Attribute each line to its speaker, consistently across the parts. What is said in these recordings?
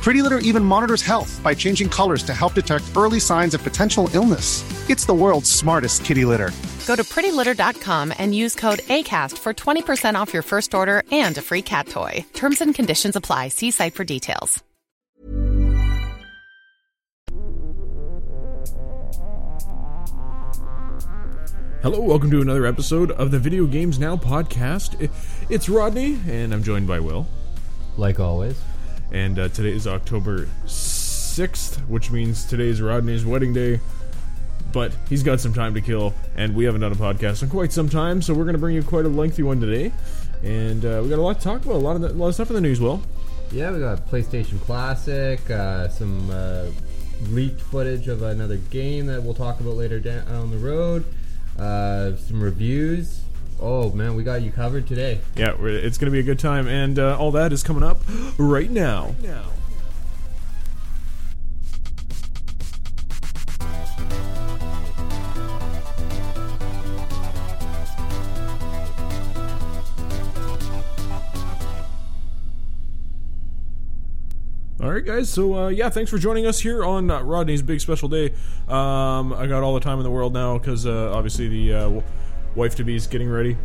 Speaker 1: Pretty Litter even monitors health by changing colors to help detect early signs of potential illness. It's the world's smartest kitty litter.
Speaker 2: Go to prettylitter.com and use code ACAST for 20% off your first order and a free cat toy. Terms and conditions apply. See site for details.
Speaker 3: Hello, welcome to another episode of the Video Games Now podcast. I- It's Rodney, and I'm joined by Will.
Speaker 4: like always.
Speaker 3: And uh, today is October 6th, which means today is Rodney's wedding day. But he's got some time to kill, and we haven't done a podcast in quite some time, so we're going to bring you quite a lengthy one today. And uh, we got a lot to talk about, a lot of, a lot of stuff in the news, Will.
Speaker 4: Yeah, we got PlayStation Classic, uh, some uh, leaked footage of another game that we'll talk about later down the road, uh, some reviews. Oh man, we got you covered today.
Speaker 3: Yeah, we're- it's going to be a good time, and uh, all that is coming up right now. All right, guys. So uh, yeah, thanks for joining us here on uh, Rodney's big special day. Um, I got all the time in the world now because uh, obviously the uh, w- wife to be is getting ready.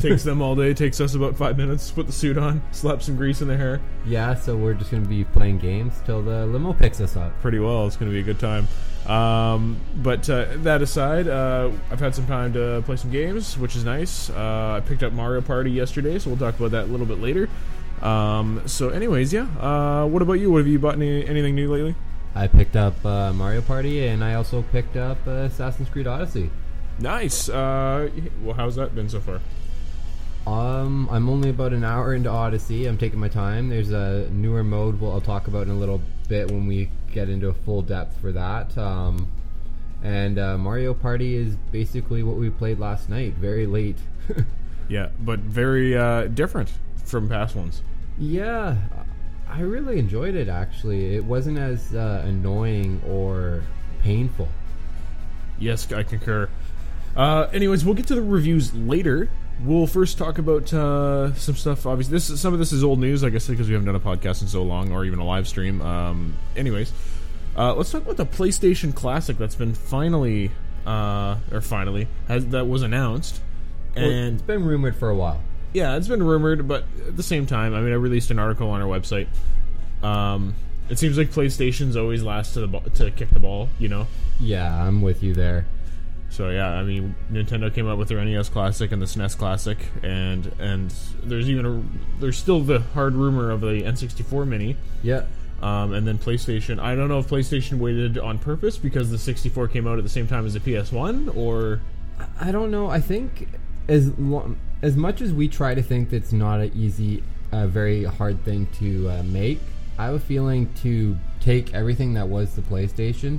Speaker 3: takes them all day. Takes us about five minutes. Put the suit on. Slap some grease in the hair.
Speaker 4: Yeah, so we're just gonna be playing games till the limo picks us up.
Speaker 3: pretty well. It's going to be a good time. Um, but uh, that aside, uh, I've had some time to play some games, which is nice. Uh, I picked up Mario Party yesterday, so we'll talk about that a little bit later. Um, so, anyways, yeah. Uh, what about you? What have you bought any, anything new lately?
Speaker 4: I picked up uh, Mario Party and I also picked up uh, Assassin's Creed Odyssey.
Speaker 3: Nice. Uh, well, how's that been so far?
Speaker 4: Um, I'm only about an hour into Odyssey. I'm taking my time. There's a newer mode we'll, I'll talk about in a little bit when we get into full depth for that. Um, and uh, Mario Party is basically what we played last night, very late.
Speaker 3: Yeah, but very uh, different from past ones.
Speaker 4: yeah, I really enjoyed it actually. It wasn't as uh, annoying or painful.
Speaker 3: Yes, I concur. Uh, anyways, we'll get to the reviews later. We'll first talk about uh, some stuff. Obviously, this is- some of this is old news, like I said, because we haven't done a podcast in so long, or even a live stream. Um, anyways, uh, let's talk about the PlayStation Classic that's been finally, uh, or finally, has, that was announced. And
Speaker 4: it's been rumored for a while.
Speaker 3: yeah, it's been rumored, but at the same time, I mean, I released an article on our website. Um, it seems like PlayStation's always last to the bo- to kick the ball, you know.
Speaker 4: Yeah, I'm with you there.
Speaker 3: So yeah, I mean, Nintendo came out with their NES Classic and the SNES Classic, and and there's even a there's still the hard rumor of the N64 Mini,
Speaker 4: Yeah,
Speaker 3: um, and then PlayStation. I don't know if PlayStation waited on purpose because the 64 came out at the same time as the PS1, or
Speaker 4: I don't know. I think as long, as much as we try to think that's not an easy, uh, very hard thing to uh, make, I have a feeling to take everything that was the PlayStation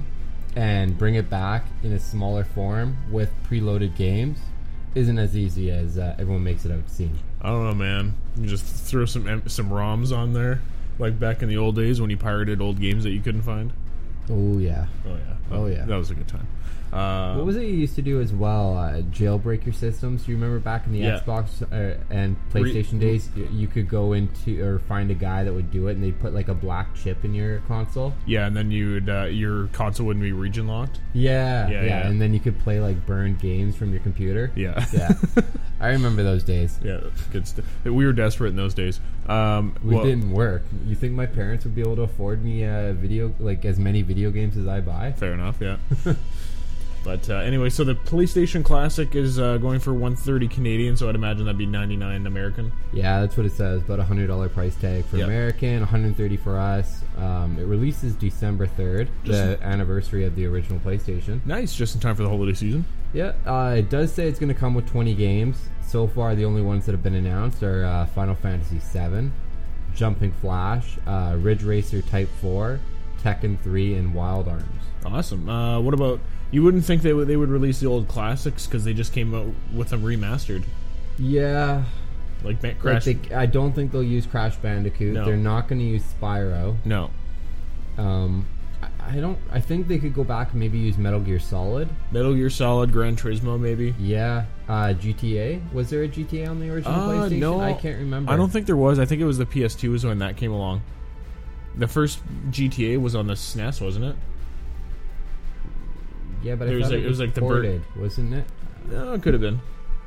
Speaker 4: and bring it back in a smaller form with preloaded games isn't as easy as uh, everyone makes it out to seem.
Speaker 3: I don't know, man. You just throw some em- some ROMs on there, like back in the old days when you pirated old games that you couldn't find.
Speaker 4: Oh yeah.
Speaker 3: Oh yeah,
Speaker 4: Oh, yeah.
Speaker 3: that was a good time. Uh,
Speaker 4: What was it you used to do as well? Uh, jailbreak your systems. Do you remember back in the
Speaker 3: Yeah.
Speaker 4: Xbox uh, and PlayStation days, y- you could go into or find a guy that would do it, and they'd put like a black chip in your console.
Speaker 3: yeah, and then you would uh, your console wouldn't be region locked.
Speaker 4: Yeah,
Speaker 3: Yeah,
Speaker 4: yeah,
Speaker 3: yeah.
Speaker 4: and then you could play like burned games from your computer.
Speaker 3: Yeah.
Speaker 4: yeah. I remember those days.
Speaker 3: Yeah, good stuff. We were desperate in those days. Um,
Speaker 4: We
Speaker 3: well,
Speaker 4: didn't work. You think my parents would be able to afford me a video, like as many video games as I buy?
Speaker 3: Fair enough. Yeah. but uh, anyway, so the PlayStation Classic is uh, going for 130 Canadian, so I'd imagine that'd be 99 American.
Speaker 4: Yeah, that's what it says. About a hundred dollar price tag for
Speaker 3: Yep.
Speaker 4: American, 130 for us. Um, it releases December 3rd, the anniversary of the original PlayStation.
Speaker 3: Nice, just in time for the holiday season.
Speaker 4: Yeah, uh, it does say it's going to come with 20 games. So far, the only ones that have been announced are uh, Final Fantasy VII, Jumping Flash, uh, Ridge Racer Type 4, Tekken 3, and Wild Arms.
Speaker 3: Awesome. Uh, what about? You wouldn't think they would they would release the old classics because they just came out with them remastered,
Speaker 4: Yeah,
Speaker 3: like Bat
Speaker 4: like
Speaker 3: Crash.
Speaker 4: they, I don't think they'll use Crash Bandicoot.
Speaker 3: No.
Speaker 4: They're not going to use Spyro.
Speaker 3: no.
Speaker 4: Um, I, I don't. I think they could go back and maybe use Metal Gear Solid.
Speaker 3: Metal Gear Solid, Gran Turismo, maybe.
Speaker 4: Yeah, uh, GTA. Was there a GTA on the original
Speaker 3: Uh,
Speaker 4: PlayStation?
Speaker 3: no,
Speaker 4: I can't remember.
Speaker 3: I don't think there was. I think it was the PS2 was when that came along. The first GTA was on the SNES, wasn't it?
Speaker 4: Yeah, but
Speaker 3: there
Speaker 4: I
Speaker 3: was
Speaker 4: thought
Speaker 3: like-
Speaker 4: it was like
Speaker 3: the bird-
Speaker 4: ported, wasn't it?
Speaker 3: No, Uh, it could have been.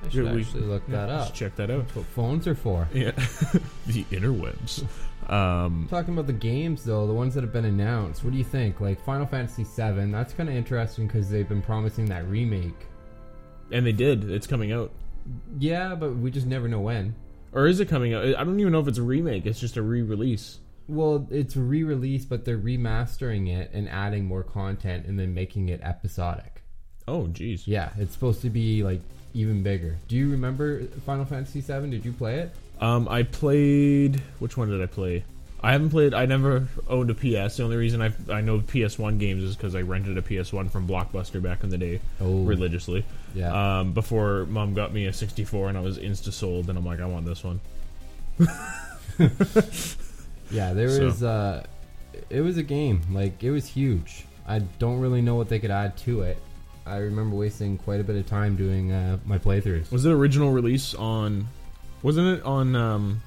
Speaker 4: I should
Speaker 3: we-
Speaker 4: actually look that
Speaker 3: Let's
Speaker 4: up.
Speaker 3: check that out.
Speaker 4: What phones are for?
Speaker 3: Yeah, the interwebs. Um,
Speaker 4: Talking about the games though, the ones that have been announced. What do you think? Like Final Fantasy VII. That's kind of interesting because they've been promising that remake.
Speaker 3: and they did. It's coming out,
Speaker 4: Yeah, but we just never know when.
Speaker 3: or is it coming out? I don't even know if it's a remake. It's just a re-release.
Speaker 4: Well, it's re-release, but they're remastering it and adding more content and then making it episodic.
Speaker 3: Oh, jeez.
Speaker 4: Yeah, it's supposed to be like even bigger. Do you remember Final Fantasy VII? Did you play it?
Speaker 3: Um, I played. Which one did I play? I haven't played. I never owned a PS. The only reason I I know PS1 games is because I rented a PS1 from Blockbuster back in the day,
Speaker 4: Oh.
Speaker 3: religiously.
Speaker 4: Yeah.
Speaker 3: Um, before mom got me a 64, and I was insta sold, and I'm like, I want this one.
Speaker 4: Yeah, there
Speaker 3: So-
Speaker 4: was. Uh, it was a game. Like it was huge. I don't really know what they could add to it. I remember wasting quite a bit of time doing uh, my playthroughs.
Speaker 3: Was it original release on? Wasn't it on um,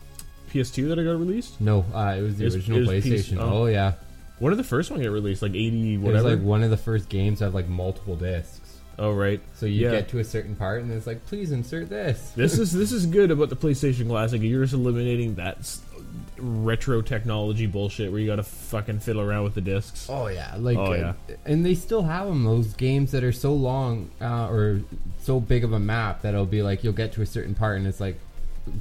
Speaker 3: PS2 that I got released?
Speaker 4: No, uh, it was the
Speaker 3: It was-
Speaker 4: original
Speaker 3: it was
Speaker 4: PlayStation.
Speaker 3: PC oh.
Speaker 4: oh. yeah,
Speaker 3: When did the first one get released? Like 80
Speaker 4: it was
Speaker 3: whatever.
Speaker 4: like one of the first games to have like multiple discs.
Speaker 3: oh right.
Speaker 4: So you
Speaker 3: Yeah.
Speaker 4: get to a certain part, and it's like, please insert this.
Speaker 3: this is this is good about the PlayStation Classic. You're just eliminating that s- retro technology bullshit where you got to fucking fiddle around with the discs.
Speaker 4: Oh yeah, like
Speaker 3: Oh,
Speaker 4: uh,
Speaker 3: yeah.
Speaker 4: and they still have them. Those games that are so long uh, or so big of a map that it'll be like you'll get to a certain part and it's like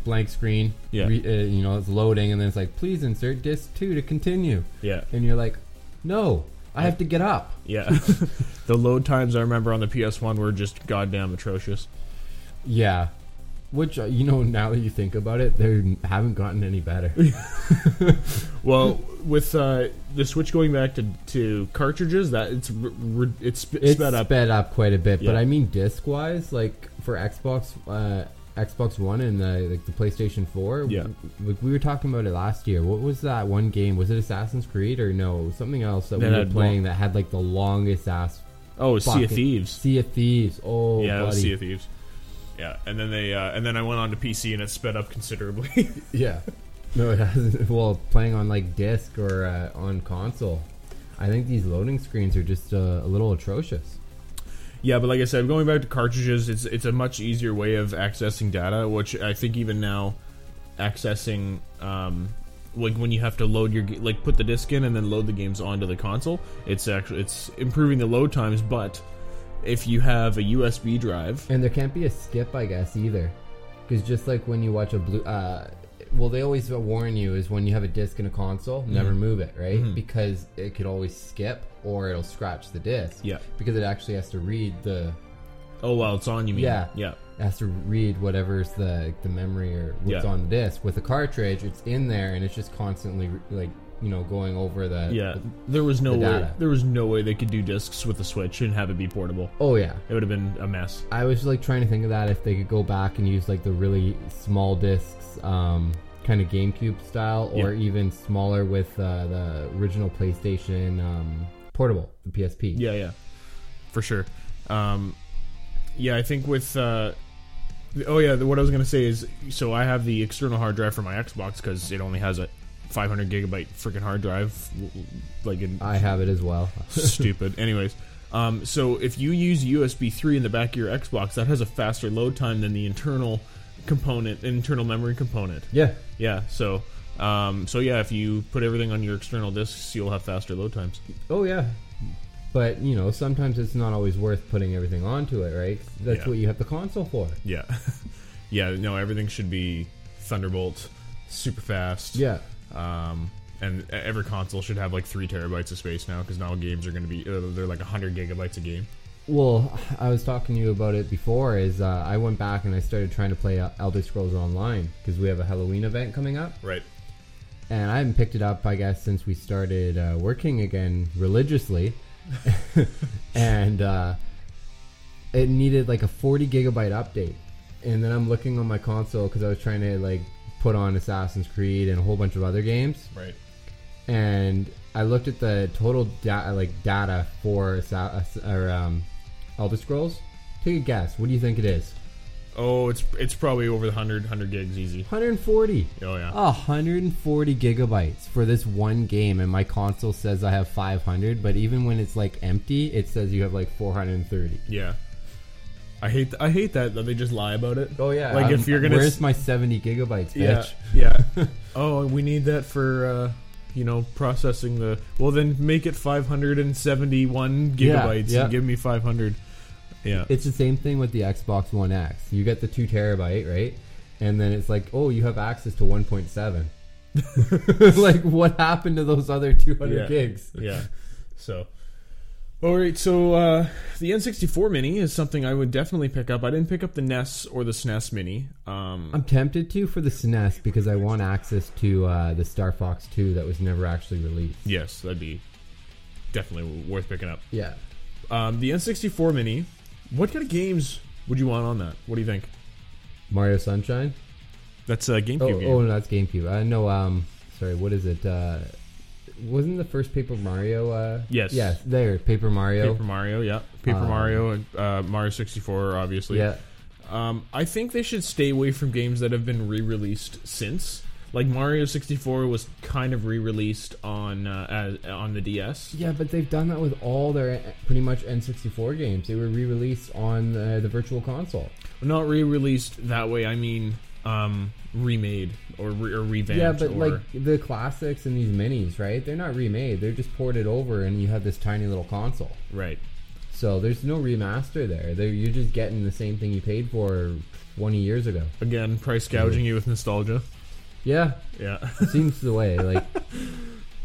Speaker 4: blank screen.
Speaker 3: Yeah.
Speaker 4: re- uh, you know it's loading and then it's like please insert disc two to continue.
Speaker 3: Yeah.
Speaker 4: and you're like, no, I have to get up.
Speaker 3: Yeah, the load times I remember on the PS1 were just goddamn atrocious.
Speaker 4: Yeah. Which uh, you know now that you think about it, they haven't gotten any better.
Speaker 3: Well, with uh, the Switch going back to, to cartridges, that it's r r- it's sp-
Speaker 4: it's
Speaker 3: sped up.
Speaker 4: quite a bit, but
Speaker 3: Yeah.
Speaker 4: I mean disc wise, like for Xbox, uh, Xbox One and uh, like the PlayStation Four.
Speaker 3: Yeah.
Speaker 4: like we were talking about it last year. What was that one game? Was it Assassin's Creed or no it was something else that
Speaker 3: That
Speaker 4: we were
Speaker 3: had
Speaker 4: playing that had like the longest ass?
Speaker 3: oh, Sea
Speaker 4: fucking-
Speaker 3: of Thieves.
Speaker 4: Sea of Thieves. Oh,
Speaker 3: yeah, it was
Speaker 4: buddy.
Speaker 3: Sea of Thieves. Yeah, and then they uh, and then I went on to PC and it sped up considerably.
Speaker 4: Yeah. No, it hasn't. Well, playing on like disc or uh, on console, I think these loading screens are just uh, a little atrocious.
Speaker 3: yeah, but like I said, going back to cartridges, it's it's a much easier way of accessing data, which I think even now accessing um, like when you have to load your g- like put the disc in and then load the games onto the console, it's actually it's improving the load times, but if you have a USB drive,
Speaker 4: And there can't be a skip, I guess, either, because just like when you watch a blue, uh, well, they always warn you is when you have a disc in a console,
Speaker 3: Mm-hmm.
Speaker 4: never move it, right? Because it could always skip or it'll scratch the disc.
Speaker 3: Yeah.
Speaker 4: Because it actually has to read the,
Speaker 3: oh well, it's on. You mean
Speaker 4: Yeah.
Speaker 3: yeah.
Speaker 4: it has to read whatever's the the memory or what's
Speaker 3: Yeah.
Speaker 4: on the disc. With a cartridge, it's in there and it's just constantly like you know going over the
Speaker 3: Yeah, there was no
Speaker 4: Uh, The
Speaker 3: way,
Speaker 4: data.
Speaker 3: there was no way they could do discs with the Switch and have it be portable.
Speaker 4: Oh yeah.
Speaker 3: It would have been a mess.
Speaker 4: I was like trying to think of that if they could go back and use like the really small discs, um, kind of GameCube style, or
Speaker 3: Yeah.
Speaker 4: even smaller with uh, the original PlayStation um, portable, the PSP.
Speaker 3: Yeah, yeah, for sure. Um, yeah, I think with uh, th- oh yeah, th- what I was gonna say is so I have the external hard drive for my Xbox because it only has a 500 gigabyte freaking hard drive, w- w- like in
Speaker 4: I have it as well.
Speaker 3: stupid. Anyways, Um, so if you use USB 3 in the back of your Xbox, that has a faster load time than the internal component, internal memory component.
Speaker 4: Yeah.
Speaker 3: Yeah. So, um, so yeah, if you put everything on your external discs, you'll have faster load times.
Speaker 4: Oh yeah. But you know, sometimes it's not always worth putting everything onto it, right? That's
Speaker 3: Yeah.
Speaker 4: what you have the console for.
Speaker 3: Yeah. yeah. No, everything should be Thunderbolt, super fast.
Speaker 4: Yeah.
Speaker 3: Um, and every console should have like three terabytes of space now because now games are going to be uh, they're like hundred gigabytes a game.
Speaker 4: Well, I was talking to you about it before. Is uh, I went back and I started trying to play uh, Elder Scrolls Online because we have a Halloween event coming up,
Speaker 3: Right.
Speaker 4: and I haven't picked it up, I guess, since we started uh, working again religiously, and uh, it needed like a forty gigabyte update. And then I'm looking on my console because I was trying to like put on Assassin's Creed and a whole bunch of other games,
Speaker 3: Right.
Speaker 4: and I looked at the total da- like data for Sa- or um, Elder Scrolls. Take a guess. What do you think it is?
Speaker 3: Oh, it's it's probably over the 100, 100 gigs easy.
Speaker 4: 140.
Speaker 3: Oh yeah.
Speaker 4: 140 gigabytes for this one game, and my console says I have 500. But even when it's like empty, it says you have like 430.
Speaker 3: Yeah. I hate I hate that that they just lie about it. Like
Speaker 4: Um,
Speaker 3: if you're gonna
Speaker 4: where's
Speaker 3: s-
Speaker 4: my 70 gigabytes,
Speaker 3: Oh, yeah
Speaker 4: bitch?
Speaker 3: yeah. oh, we need that for uh, you know processing the. Well, then make it 571
Speaker 4: Yeah,
Speaker 3: gigabytes
Speaker 4: yeah.
Speaker 3: and give me 500. Yeah.
Speaker 4: It's the same thing with the Xbox One X. You get the two terabyte, right? And then it's like, oh, you have access to 1.7. like, what happened to those other 200
Speaker 3: yeah.
Speaker 4: gigs?
Speaker 3: Yeah. So. All right, so uh, the N64 Mini is something I would definitely pick up. I didn't pick up the NES or the SNES Mini. Um,
Speaker 4: I'm tempted to for the SNES because I want access to uh, the Star Fox 2 that was never actually released.
Speaker 3: yes, that'd be definitely worth picking up.
Speaker 4: Yeah.
Speaker 3: Um, the N64 Mini. What kind of games would you want on that? What do you think?
Speaker 4: Mario Sunshine?
Speaker 3: That's a GameCube
Speaker 4: Oh,
Speaker 3: game.
Speaker 4: oh no, that's GameCube. Uh, no, um, sorry, what is it? Uh, wasn't the first Paper Mario? Uh,
Speaker 3: Yes.
Speaker 4: Yes, there, Paper Mario.
Speaker 3: Paper Mario, yeah. Paper
Speaker 4: Um,
Speaker 3: Mario and uh, Mario 64, obviously.
Speaker 4: Yeah.
Speaker 3: Um, I think they should stay away from games that have been re-released since. Like Mario 64 was kind of re-released on uh, as, on the DS.
Speaker 4: Yeah, but they've done that with all their uh, pretty much N64 games. They were re-released on uh, the Virtual Console.
Speaker 3: Not re-released that way. I mean, um, remade or, re- or revamped.
Speaker 4: yeah, but
Speaker 3: or,
Speaker 4: like the classics and these minis, right? They're not remade. They're just ported over, and you have this tiny little console.
Speaker 3: right.
Speaker 4: So there's no remaster there. They're, you're just getting the same thing you paid for 20 years ago.
Speaker 3: Again, price gouging you with nostalgia.
Speaker 4: Yeah,
Speaker 3: Yeah.
Speaker 4: seems the way. Like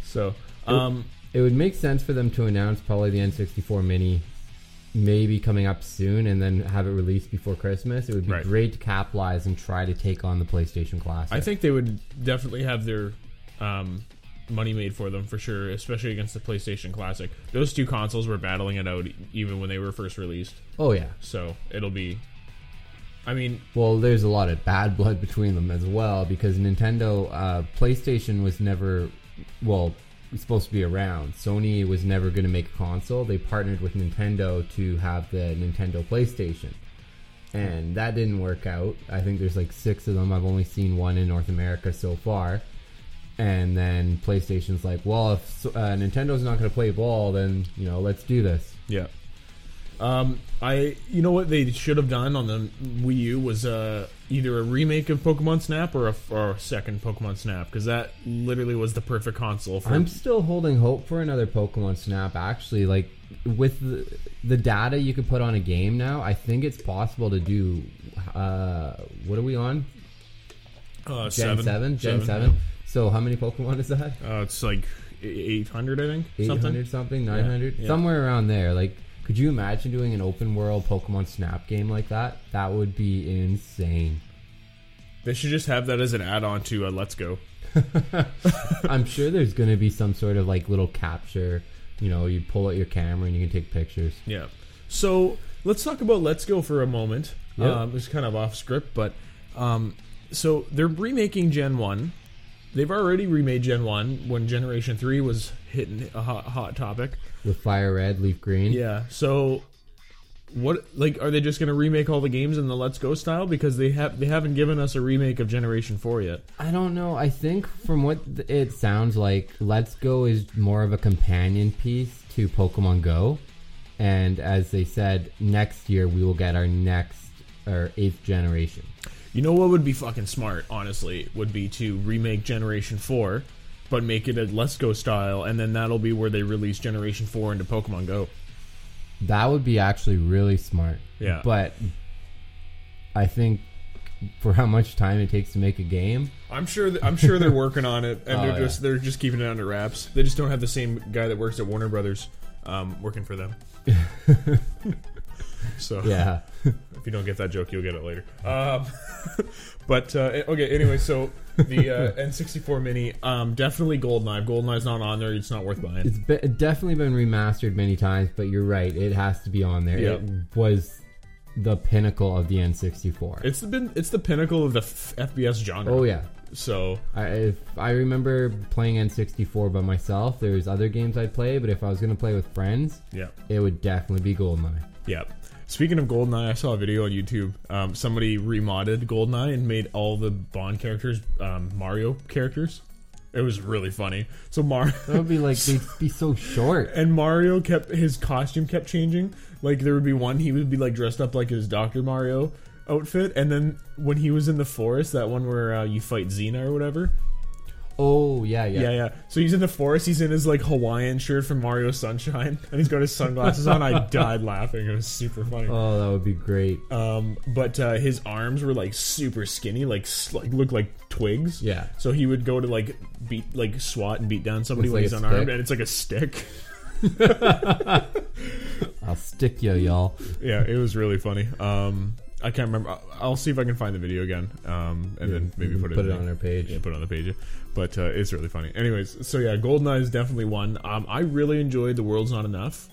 Speaker 3: so, um,
Speaker 4: it would make sense for them to announce probably the N64 Mini maybe coming up soon and then have it released before Christmas. It would be
Speaker 3: Right.
Speaker 4: great to capitalize and try to take on the PlayStation Classic.
Speaker 3: I think they would definitely have their um, money made for them for sure, especially against the PlayStation Classic. Those two consoles were battling it out even when they were first released.
Speaker 4: oh yeah.
Speaker 3: So it'll be. I mean,
Speaker 4: Well, there's a lot of bad blood between them as well because Nintendo, uh, PlayStation was never, well, was supposed to be around. Sony was never going to make a console. They partnered with Nintendo to have the Nintendo PlayStation. And that didn't work out. I think there's like six of them. I've only seen one in North America so far. And then PlayStation's like, well, if uh, Nintendo's not going to play ball, then, you know, let's do this.
Speaker 3: yeah. Um, I you know what they should have done on the Wii U was uh, either a remake of Pokemon Snap or a, or a second Pokemon Snap because that literally was the perfect console for
Speaker 4: I'm still holding hope for another Pokemon Snap. Actually, like with the, the data you could put on a game now, I think it's possible to do. Uh, what are we on?
Speaker 3: uh,
Speaker 4: Gen seven. Gen seven. So how many Pokemon is that?
Speaker 3: Uh, it's like eight hundred, I think.
Speaker 4: Eight
Speaker 3: something.
Speaker 4: hundred something, nine hundred,
Speaker 3: yeah.
Speaker 4: somewhere around there. Like, could you imagine doing an open world Pokemon Snap game like that? That would be insane.
Speaker 3: They should just have that as an add-on to uh, Let's Go.
Speaker 4: I'm sure there's going to be some sort of like little capture. You know, you pull out your camera and you can take pictures.
Speaker 3: Yeah. So let's talk about Let's Go for a moment.
Speaker 4: Yeah.
Speaker 3: Um, it's kind of off script, but um, so they're remaking Gen One. They've already remade Gen One when Generation Three was hitting a hot, hot topic.
Speaker 4: With fire red, leaf green.
Speaker 3: Yeah. So what? Like, are they just going to remake all the games in the Let's Go style because they have they haven't given us a remake of Generation Four yet?
Speaker 4: I don't know. I think from what th- it sounds like, Let's Go is more of a companion piece to Pokemon Go. And as they said, next year we will get our next our eighth generation.
Speaker 3: You know what would be fucking smart, honestly, would be to remake Generation 4, but make it a Let's Go style, and then that'll be where they release Generation 4 into Pokemon Go.
Speaker 4: That would be actually really smart.
Speaker 3: Yeah.
Speaker 4: But I think for how much time it takes to make a game,
Speaker 3: I'm sure. Th- I'm sure they're working on it, and
Speaker 4: Oh,
Speaker 3: they're
Speaker 4: yeah.
Speaker 3: just they're just keeping it under wraps. They just don't have the same guy that works at Warner Brothers um, working for them. so
Speaker 4: yeah.
Speaker 3: if you don't get that joke, you'll get it later. Um, but uh, okay, anyway, so the uh, N64 Mini, um, definitely Goldeneye. If Goldeneye's not on there. It's not worth buying.
Speaker 4: It's be- definitely been remastered many times, but you're right. It has to be on there.
Speaker 3: Yeah.
Speaker 4: It was the pinnacle of the N64.
Speaker 3: It's the been it's the pinnacle of the f- FBS genre.
Speaker 4: oh, yeah.
Speaker 3: So
Speaker 4: I, if I remember playing N64 by myself. There's other games I'd play, but if I was going to play with friends,
Speaker 3: yeah,
Speaker 4: it would definitely be Goldeneye.
Speaker 3: yeah. Speaking of Goldeneye, I saw a video on YouTube. Um, somebody remoded Goldeneye and made all the Bond characters um, Mario characters. It was really funny. So Mario
Speaker 4: That would be like, they'd be so short.
Speaker 3: and Mario kept his costume kept changing. Like there would be one he would be like dressed up like his Doctor Mario outfit, and then when he was in the forest, that one where uh, you fight Xena or whatever,
Speaker 4: Oh, yeah, yeah.
Speaker 3: Yeah, yeah. So he's in the forest. He's in his like Hawaiian shirt from Mario Sunshine, and he's got his sunglasses on. I died laughing. It was super funny.
Speaker 4: Oh, that would be great.
Speaker 3: Um, but uh, his arms were like super skinny, like s- like looked like twigs.
Speaker 4: Yeah.
Speaker 3: So he would go to like beat like swat and beat down somebody
Speaker 4: With,
Speaker 3: when
Speaker 4: like,
Speaker 3: he's
Speaker 4: a
Speaker 3: unarmed,
Speaker 4: stick?
Speaker 3: and it's like a stick.
Speaker 4: I'll stick you, y'all.
Speaker 3: yeah, it was really funny. Um, I can't remember. I- I'll see if I can find the video again, um, and then maybe put it
Speaker 4: put it
Speaker 3: in-
Speaker 4: on our page.
Speaker 3: Yeah, put it on the page. yeah. But uh, it's really funny. Anyways, so yeah, Goldeneye is definitely one. Um, I really enjoyed The World's Not Enough.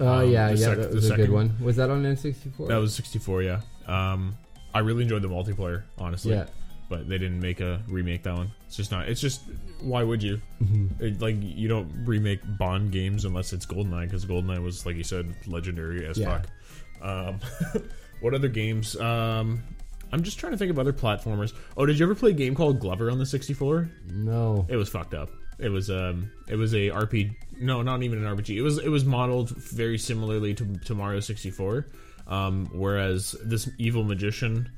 Speaker 4: Oh,
Speaker 3: Um,
Speaker 4: yeah,
Speaker 3: the
Speaker 4: yeah.
Speaker 3: sec-
Speaker 4: that
Speaker 3: the
Speaker 4: was a
Speaker 3: second-
Speaker 4: good one. Was that on N64?
Speaker 3: That was 64, yeah. Um, I really enjoyed the multiplayer, honestly.
Speaker 4: Yeah.
Speaker 3: But they didn't make a remake that one. It's just not. It's just why would you?
Speaker 4: Mm-hmm.
Speaker 3: It, like you don't remake Bond games unless it's Goldeneye because Goldeneye was like you said legendary as
Speaker 4: Yeah.
Speaker 3: fuck. Um, what other games? Um, I'm just trying to think of other platformers. Oh, did you ever play a game called Glover on the 64?
Speaker 4: No.
Speaker 3: It was fucked up. It was um, it was a RPG. No, not even an RPG. It was it was modeled very similarly to, to Mario sixty four. Um, whereas this evil magician,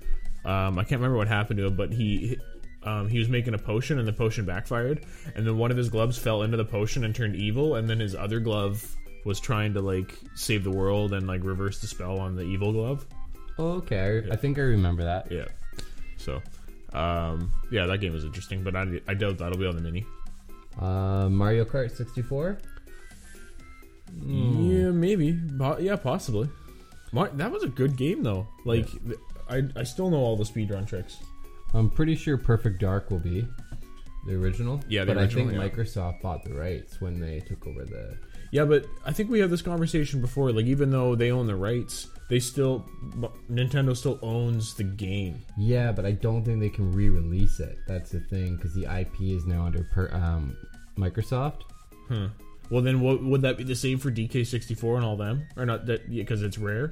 Speaker 3: um, I can't remember what happened to him, but he. Um, he was making a potion and the potion backfired and then one of his gloves fell into the potion and turned evil and then his other glove was trying to like save the world and like reverse the spell on the evil glove
Speaker 4: Oh, okay. I, I think I remember that.
Speaker 3: yeah so um, yeah that game was interesting but I, I doubt that'll be on the mini
Speaker 4: Uh, Mario Kart 64?
Speaker 3: Yeah, maybe. Po- yeah, possibly. Mar- that was a good game though. Like, th- I I still know all the speedrun tricks.
Speaker 4: I'm pretty sure Perfect Dark will be the original.
Speaker 3: Yeah, the
Speaker 4: but I
Speaker 3: original,
Speaker 4: think
Speaker 3: yeah.
Speaker 4: Microsoft bought the rights when they took over the.
Speaker 3: Yeah, but I think we had this conversation before. Like, even though they own the rights, they still M- Nintendo still owns the game.
Speaker 4: Yeah, but I don't think they can re-release it. That's the thing because the IP is now under per, um, Microsoft.
Speaker 3: Well, then what, would that be the same for DK64 and all them? Or not that because it's rare.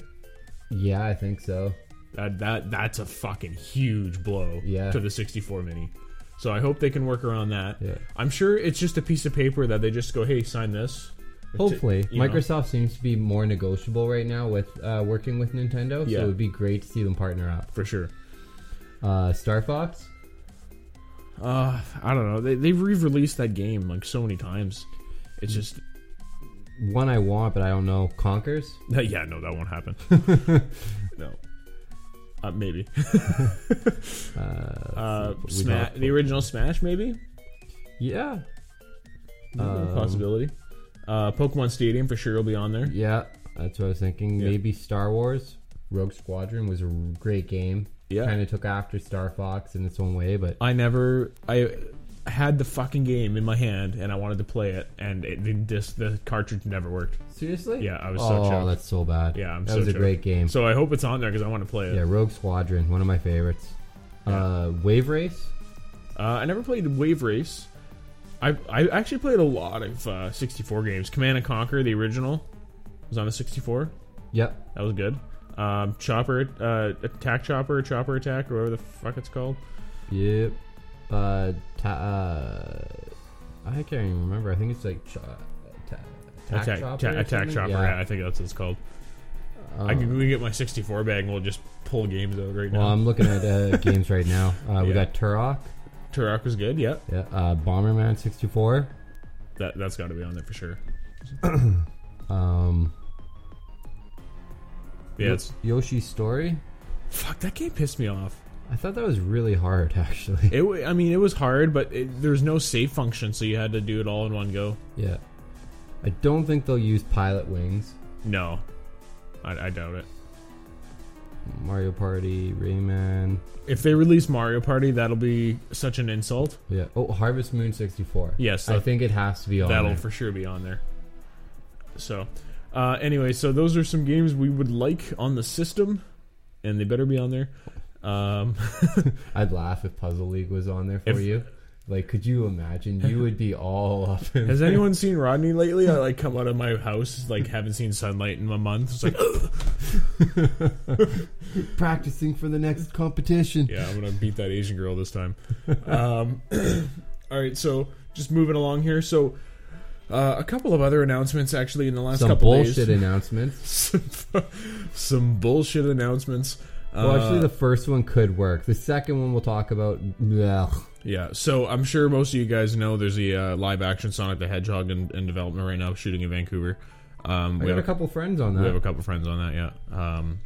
Speaker 4: Yeah, I think so.
Speaker 3: That that that's a fucking huge blow
Speaker 4: Yeah.
Speaker 3: to the 64 mini. So I hope they can work around that.
Speaker 4: Yeah.
Speaker 3: I'm sure it's just a piece of paper that they just go, "Hey, sign this."
Speaker 4: Hopefully,
Speaker 3: You know.
Speaker 4: Microsoft seems to be more negotiable right now with uh, working with Nintendo.
Speaker 3: Yeah.
Speaker 4: So it would be great to see them partner up.
Speaker 3: for sure.
Speaker 4: Uh, Star Fox.
Speaker 3: Uh, I don't know. They they've re-released that game like so many times. It's
Speaker 4: Hmm.
Speaker 3: just
Speaker 4: One I want, but I don't know. Conkers.
Speaker 3: yeah, no, that won't happen. no, uh, maybe. uh,
Speaker 4: let's see if we
Speaker 3: Sma-
Speaker 4: got-
Speaker 3: the original Smash, maybe
Speaker 4: Yeah. Um,
Speaker 3: possibility. Uh, Pokemon Stadium for sure will be on there.
Speaker 4: Yeah, that's what I was thinking. Maybe Star Wars Rogue Squadron was a r- great game.
Speaker 3: Yeah. Uh,
Speaker 4: kind of took after Star Fox in its own way, but
Speaker 3: I never I had the fucking game in my hand and I wanted to play it and it didn't this the cartridge never worked.
Speaker 4: seriously,
Speaker 3: Yeah, I was so
Speaker 4: oh,
Speaker 3: choked.
Speaker 4: that's so bad.
Speaker 3: Yeah, I'm
Speaker 4: that
Speaker 3: so
Speaker 4: was a
Speaker 3: choked.
Speaker 4: great game.
Speaker 3: So I hope it's on there because I want to play it.
Speaker 4: yeah, Rogue Squadron, one of my favorites. Uh, Wave Race.
Speaker 3: Uh, I never played Wave Race. I I actually played a lot of uh, 64 games. Command and Conquer, the original, was on the 64.
Speaker 4: Yep.
Speaker 3: That was good. Um, chopper, uh, attack chopper, chopper attack, or whatever the fuck it's called.
Speaker 4: Yep. Uh, ta- uh, I can't even remember. I think it's like. Ch- uh, ta- Tack
Speaker 3: attack
Speaker 4: chopper
Speaker 3: ta-
Speaker 4: or
Speaker 3: attack
Speaker 4: something?
Speaker 3: chopper.
Speaker 4: Yeah. Uh,
Speaker 3: Yeah. I think that's what it's called. I can we can get my 64 bag and we'll just pull games out right now.
Speaker 4: Well, I'm looking at uh, games right now. Uh, We
Speaker 3: Yeah.
Speaker 4: got Turok,
Speaker 3: Turok was good. Yeah,
Speaker 4: yeah, uh, Bomberman 64.
Speaker 3: that that's got to be on there for sure.
Speaker 4: Um,
Speaker 3: Yeah, it's,
Speaker 4: Yoshi's Story.
Speaker 3: fuck that game pissed me off.
Speaker 4: I thought that was really hard, actually.
Speaker 3: It wa- I mean it was hard, but it, there's no save function, so you had to do it all in one go.
Speaker 4: yeah. I don't think they'll use Pilot Wings,
Speaker 3: No, I, I doubt it.
Speaker 4: Mario Party, Rayman.
Speaker 3: If they release Mario Party, that'll be such an insult.
Speaker 4: Yeah. Oh, Harvest Moon 64.
Speaker 3: Yes,
Speaker 4: I
Speaker 3: that-
Speaker 4: think it has to be on
Speaker 3: That'll
Speaker 4: there.
Speaker 3: for sure be on there. So, uh, anyway, so those are some games we would like on the system, and they better be on there. Um,
Speaker 4: I'd laugh if Puzzle League was on there for
Speaker 3: If-
Speaker 4: you. Like, could you imagine? You would be all up in
Speaker 3: has anyone seen Rodney lately? I like come out of my house, like haven't seen sunlight in a month. It's like,
Speaker 4: practicing for the next competition.
Speaker 3: yeah, I'm gonna beat that Asian girl this time. Um, all right, so just moving along here. So, uh, a couple of other announcements actually in the last
Speaker 4: Some
Speaker 3: couple days.
Speaker 4: bullshit announcements.
Speaker 3: some, some bullshit announcements. Uh,
Speaker 4: Well, actually, the first one could work. The second one we'll talk about. Blech.
Speaker 3: Yeah, so I'm sure most of you guys know there's a uh, live action Sonic the Hedgehog in, in development right now, shooting in Vancouver. Um,
Speaker 4: I
Speaker 3: we,
Speaker 4: got
Speaker 3: have
Speaker 4: a couple friends on
Speaker 3: we have a
Speaker 4: that.
Speaker 3: couple friends on that, yeah. Um,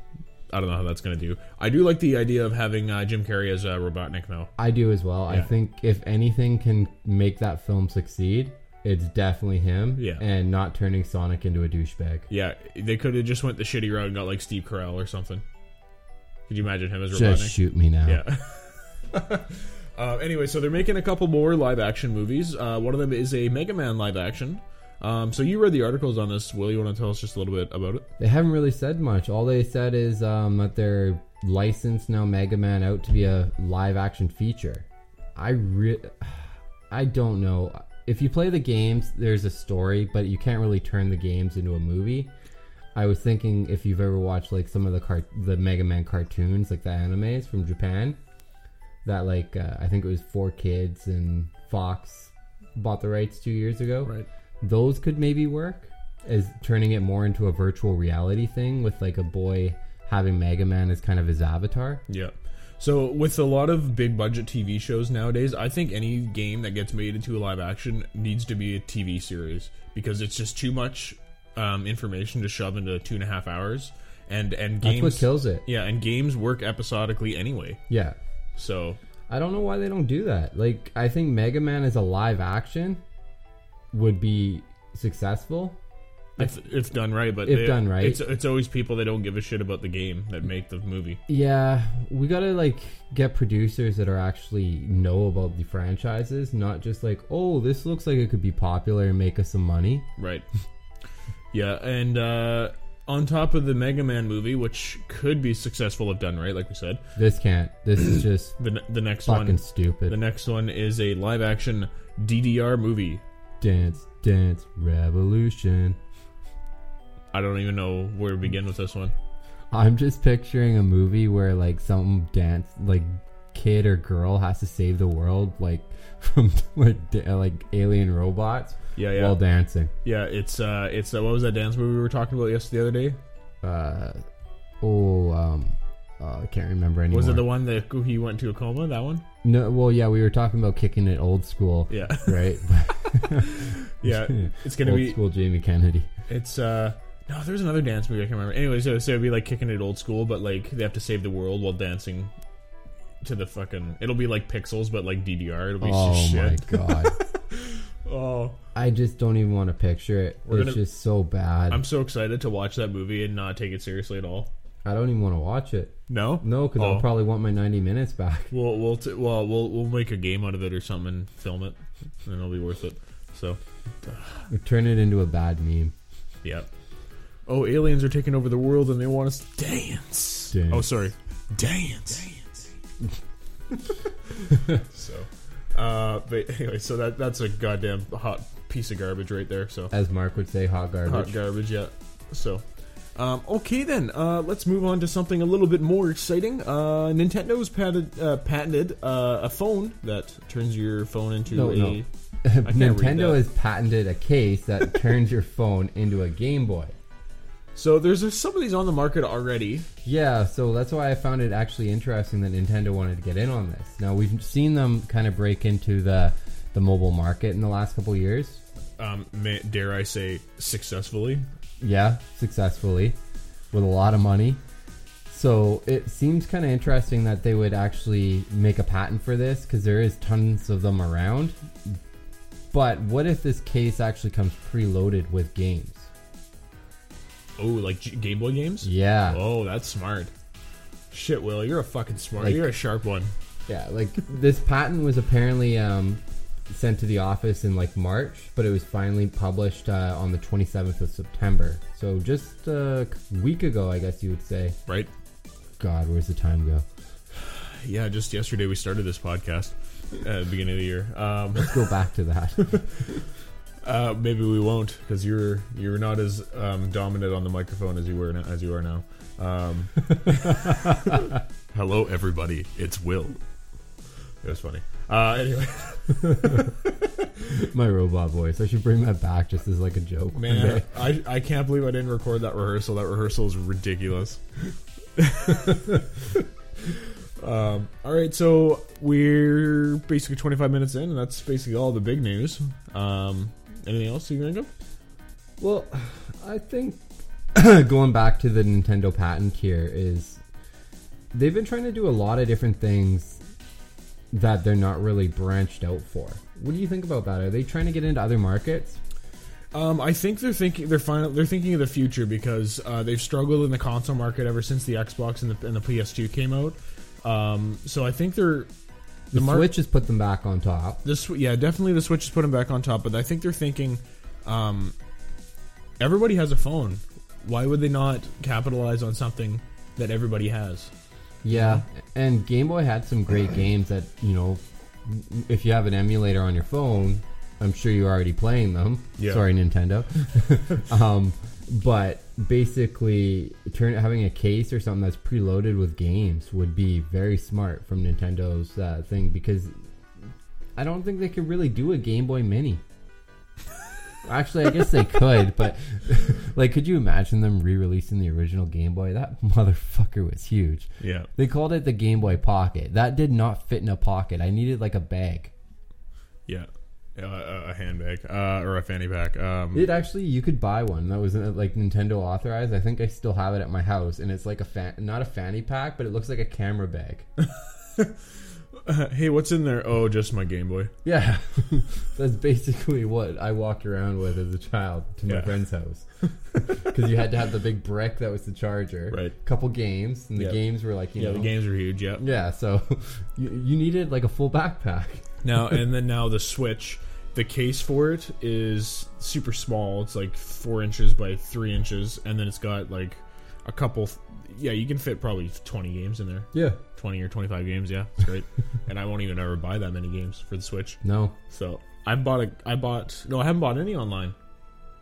Speaker 3: I don't know how that's going to do. I do like the idea of having uh, Jim Carrey as uh, Robotnik, though.
Speaker 4: I do as well. I
Speaker 3: Yeah.
Speaker 4: think if anything can make that film succeed, it's definitely him.
Speaker 3: Yeah.
Speaker 4: And not turning Sonic into a douchebag.
Speaker 3: Yeah, they could have just went the shitty route and got like Steve Carell or something. Could you imagine him as Robotnik?
Speaker 4: Just shoot me now.
Speaker 3: Yeah. uh, anyway, so they're making a couple more live action movies. Uh, one of them is a Mega Man live action. Um, so you read the articles on this, Will. You want to tell us just a little bit about it?
Speaker 4: They haven't really said much. All they said is um, that they're licensed now Mega Man out to be a live action feature. I re- I don't know. If you play the games, there's a story, but you can't really turn the games into a movie. I was thinking if you've ever watched like some of the car- the Mega Man cartoons, like the animes from Japan, that like uh, I think it was Four Kids and Fox bought the rights two years ago those could maybe work as turning it more into a virtual reality thing with like a boy having Mega Man as kind of his avatar.
Speaker 3: Yeah. So with a lot of big budget TV shows nowadays, I think any game that gets made into a live action needs to be a TV series because it's just too much um, information to shove into two and a half hours. And and
Speaker 4: That's
Speaker 3: games
Speaker 4: what kills it.
Speaker 3: Yeah, and games work episodically anyway.
Speaker 4: Yeah.
Speaker 3: So
Speaker 4: I don't know why they don't do that. Like I think Mega Man as a live action would be successful.
Speaker 3: if, if done right, but
Speaker 4: If
Speaker 3: they-
Speaker 4: done right.
Speaker 3: it's it's always people that don't give a shit about the game that make the movie.
Speaker 4: Yeah, we got to like get producers that are actually know about the franchises, not just like, "Oh, this looks like it could be popular and make us some money."
Speaker 3: Right. yeah, and uh, on top of the Mega Man movie, which could be successful if done right, like we said,
Speaker 4: This can't. This is just
Speaker 3: the ne- the next
Speaker 4: fucking
Speaker 3: one
Speaker 4: stupid.
Speaker 3: the next one is a live action DDR movie.
Speaker 4: Dance, dance, revolution.
Speaker 3: I don't even know where to begin with this one.
Speaker 4: I'm just picturing a movie where like some dance, like kid or girl has to save the world, like from like da- like alien robots
Speaker 3: Yeah, yeah,
Speaker 4: while dancing.
Speaker 3: yeah. It's uh, it's uh, what was that dance movie we were talking about yesterday the other day?
Speaker 4: Uh, oh, um, oh, I can't remember anymore.
Speaker 3: Was it the one that he went to a coma? That one?
Speaker 4: No, well, yeah, we were talking about kicking it old school,
Speaker 3: Yeah,
Speaker 4: right?
Speaker 3: yeah. It's gonna
Speaker 4: old
Speaker 3: be
Speaker 4: school Jamie Kennedy.
Speaker 3: It's uh no, there's another dance movie I can't remember. Anyway, so, so it'd be like kicking it old school, but like they have to save the world while dancing to the fucking. It'll be like pixels, but like DDR. It'll be
Speaker 4: Oh my
Speaker 3: shit.
Speaker 4: god,
Speaker 3: Oh,
Speaker 4: I just don't even want to picture it.
Speaker 3: We're
Speaker 4: it's
Speaker 3: gonna-
Speaker 4: just so bad.
Speaker 3: I'm so excited to watch that movie and not take it seriously at all.
Speaker 4: I don't even want to watch it.
Speaker 3: No,
Speaker 4: No, because
Speaker 3: Oh.
Speaker 4: I'll probably want my 90 minutes back.
Speaker 3: We'll we'll t- well we'll we'll make a game out of it or something and film it, and it'll be worth it. So
Speaker 4: Turn it into a bad meme.
Speaker 3: yeah. Oh, aliens are taking over the world and they want us to dance.
Speaker 4: Dance.
Speaker 3: Oh, sorry, dance. so, uh, but anyway, so that that's a goddamn hot piece of garbage right there. So
Speaker 4: As Mark would say, hot
Speaker 3: hot
Speaker 4: garbage.
Speaker 3: garbage, yeah. So, um, okay then, uh, let's move on to something a little bit more exciting. Uh, Nintendo's patented, uh, patented uh, a phone that turns your phone into
Speaker 4: No,
Speaker 3: a
Speaker 4: no.
Speaker 3: I can't read
Speaker 4: Nintendo
Speaker 3: that.
Speaker 4: has patented a case that turns your phone into a Game Boy.
Speaker 3: So there's uh, some of these on the market already.
Speaker 4: Yeah, so that's why I found it actually interesting that Nintendo wanted to get in on this. Now we've seen them kind of break into the the mobile market in the last couple of years.
Speaker 3: Um, may, dare I say, successfully.
Speaker 4: Yeah, successfully with a lot of money. So it seems kind of interesting that they would actually make a patent for this because there is tons of them around. But what if this case actually comes preloaded with games?
Speaker 3: Oh, like G- Game Boy games.
Speaker 4: Yeah.
Speaker 3: Oh, that's smart. Shit, Will, you're a fucking smart.
Speaker 4: Like-
Speaker 3: you're a sharp one.
Speaker 4: Yeah, like this patent was apparently um, sent to the office in like March, but it was finally published uh, on the 27th of September. So just a week ago, I guess you would say.
Speaker 3: Right?
Speaker 4: God, where's the time go?
Speaker 3: Yeah. Just yesterday we started this podcast at the beginning of the year. Um,
Speaker 4: Let's go back to that.
Speaker 3: uh, maybe we won't because you're you're not as um, dominant on the microphone as you were now, as you are now. Um, hello, everybody. It's Will. It was funny. Uh, anyway.
Speaker 4: My robot voice. I should bring that back just as like a joke. one
Speaker 3: Man,
Speaker 4: day.
Speaker 3: I, I can't believe I didn't record that rehearsal. That rehearsal is ridiculous. um, all right, so we're basically 25 minutes in, and that's basically all the big news. Um, anything else you can think of?
Speaker 4: Well, I think going back to the Nintendo patent here is they've been trying to do a lot of different things that they're not really branched out for. What do you think about that? Are they trying to get into other markets?
Speaker 3: Um, I think they're thinking they're final, they're thinking of the future because uh, they've struggled in the console market ever since the Xbox and the, and the PS2 came out. Um, so I think they're
Speaker 4: The
Speaker 3: mar-
Speaker 4: Switch has put them back on top.
Speaker 3: the Sw- yeah, definitely the Switch is putting back on top, but I think they're thinking, um, everybody has a phone. Why would they not capitalize on something that everybody has?
Speaker 4: Yeah, and Game Boy had some great games that you know, if you have an emulator on your phone, I'm sure you're already playing them.
Speaker 3: Yeah.
Speaker 4: Sorry, Nintendo. um, but basically, turn having a case or something that's preloaded with games would be very smart from Nintendo's uh, thing because I don't think they could really do a Game Boy Mini. Actually, I guess they could, but like, could you imagine them re-releasing the original Game Boy? That motherfucker was huge.
Speaker 3: Yeah.
Speaker 4: They called it the Game Boy Pocket. That did not fit in a pocket. I needed like a bag.
Speaker 3: Yeah. Uh, a handbag uh, or a fanny pack. Um,
Speaker 4: It actually, you could buy one that was uh, like Nintendo authorized. I think I still have it at my house, and it's like a fan, not a fanny pack, but it looks like a camera bag.
Speaker 3: hey, what's in there? Oh, just my Game Boy.
Speaker 4: Yeah, that's basically what I walked around with as a child to my
Speaker 3: Yeah.
Speaker 4: friend's house because you had to have the big brick that was the charger.
Speaker 3: Right.
Speaker 4: couple games, and the
Speaker 3: Yeah.
Speaker 4: games were like you
Speaker 3: Yeah,
Speaker 4: know.
Speaker 3: the games are huge. Yeah.
Speaker 4: Yeah, so you, you needed like a full backpack.
Speaker 3: Now and then now the Switch, the case for it is super small. It's like four inches by three inches, and then it's got like a couple. Yeah, you can fit probably twenty games in there.
Speaker 4: Yeah.
Speaker 3: 20 or 25 games yeah it's great and i won't even ever buy that many games for the switch
Speaker 4: No.
Speaker 3: so i bought a i bought no i haven't bought any online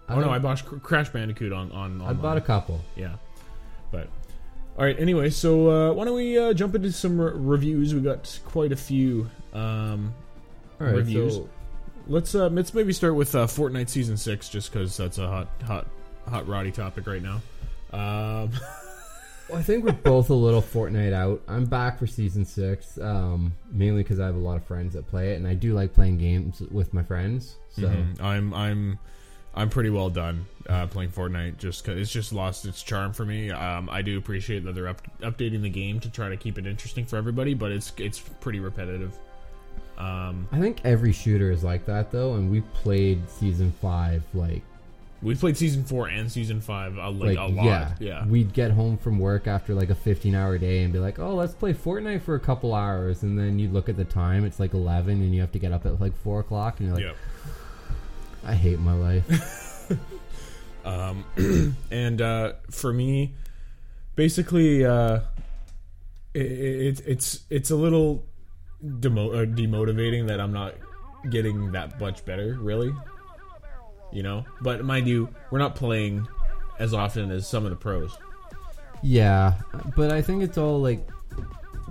Speaker 3: oh no i bought Cr- crash bandicoot on on
Speaker 4: I
Speaker 3: online.
Speaker 4: bought a couple.
Speaker 3: yeah but all right anyway so uh, why don't we uh, jump into some re- reviews we got quite a few um
Speaker 4: All right,
Speaker 3: reviews.
Speaker 4: so
Speaker 3: let's uh let's maybe start with uh, fortnite season 6 just because that's a hot hot hot roddy topic right now um
Speaker 4: Well, I think we're both a little Fortnite out. I'm back for season six, um, mainly because I have a lot of friends that play it, and I do like playing games with my friends. So
Speaker 3: Mhm. I'm I'm I'm pretty well done uh, playing Fortnite. Just 'cause it's just lost its charm for me. Um, I do appreciate that they're up, updating the game to try to keep it interesting for everybody, but it's it's pretty repetitive. Um,
Speaker 4: I think every shooter is like that, though. And we played season five like
Speaker 3: we played season four and season five uh, like, a lot. Yeah,
Speaker 4: yeah, We'd get home from work after like a 15-hour day and be like, "Oh, let's play Fortnite for a couple hours," and then you look at the time, it's like 11, and you have to get up at like four o'clock, and you're like,
Speaker 3: yeah.
Speaker 4: "I hate my life."
Speaker 3: and uh, for me, basically, uh, it, it, it's it's a little demo- uh, demotivating that I'm not getting that much better, really. You know, but mind you, we're not playing as often as some of the pros.
Speaker 4: yeah, but I think it's all like,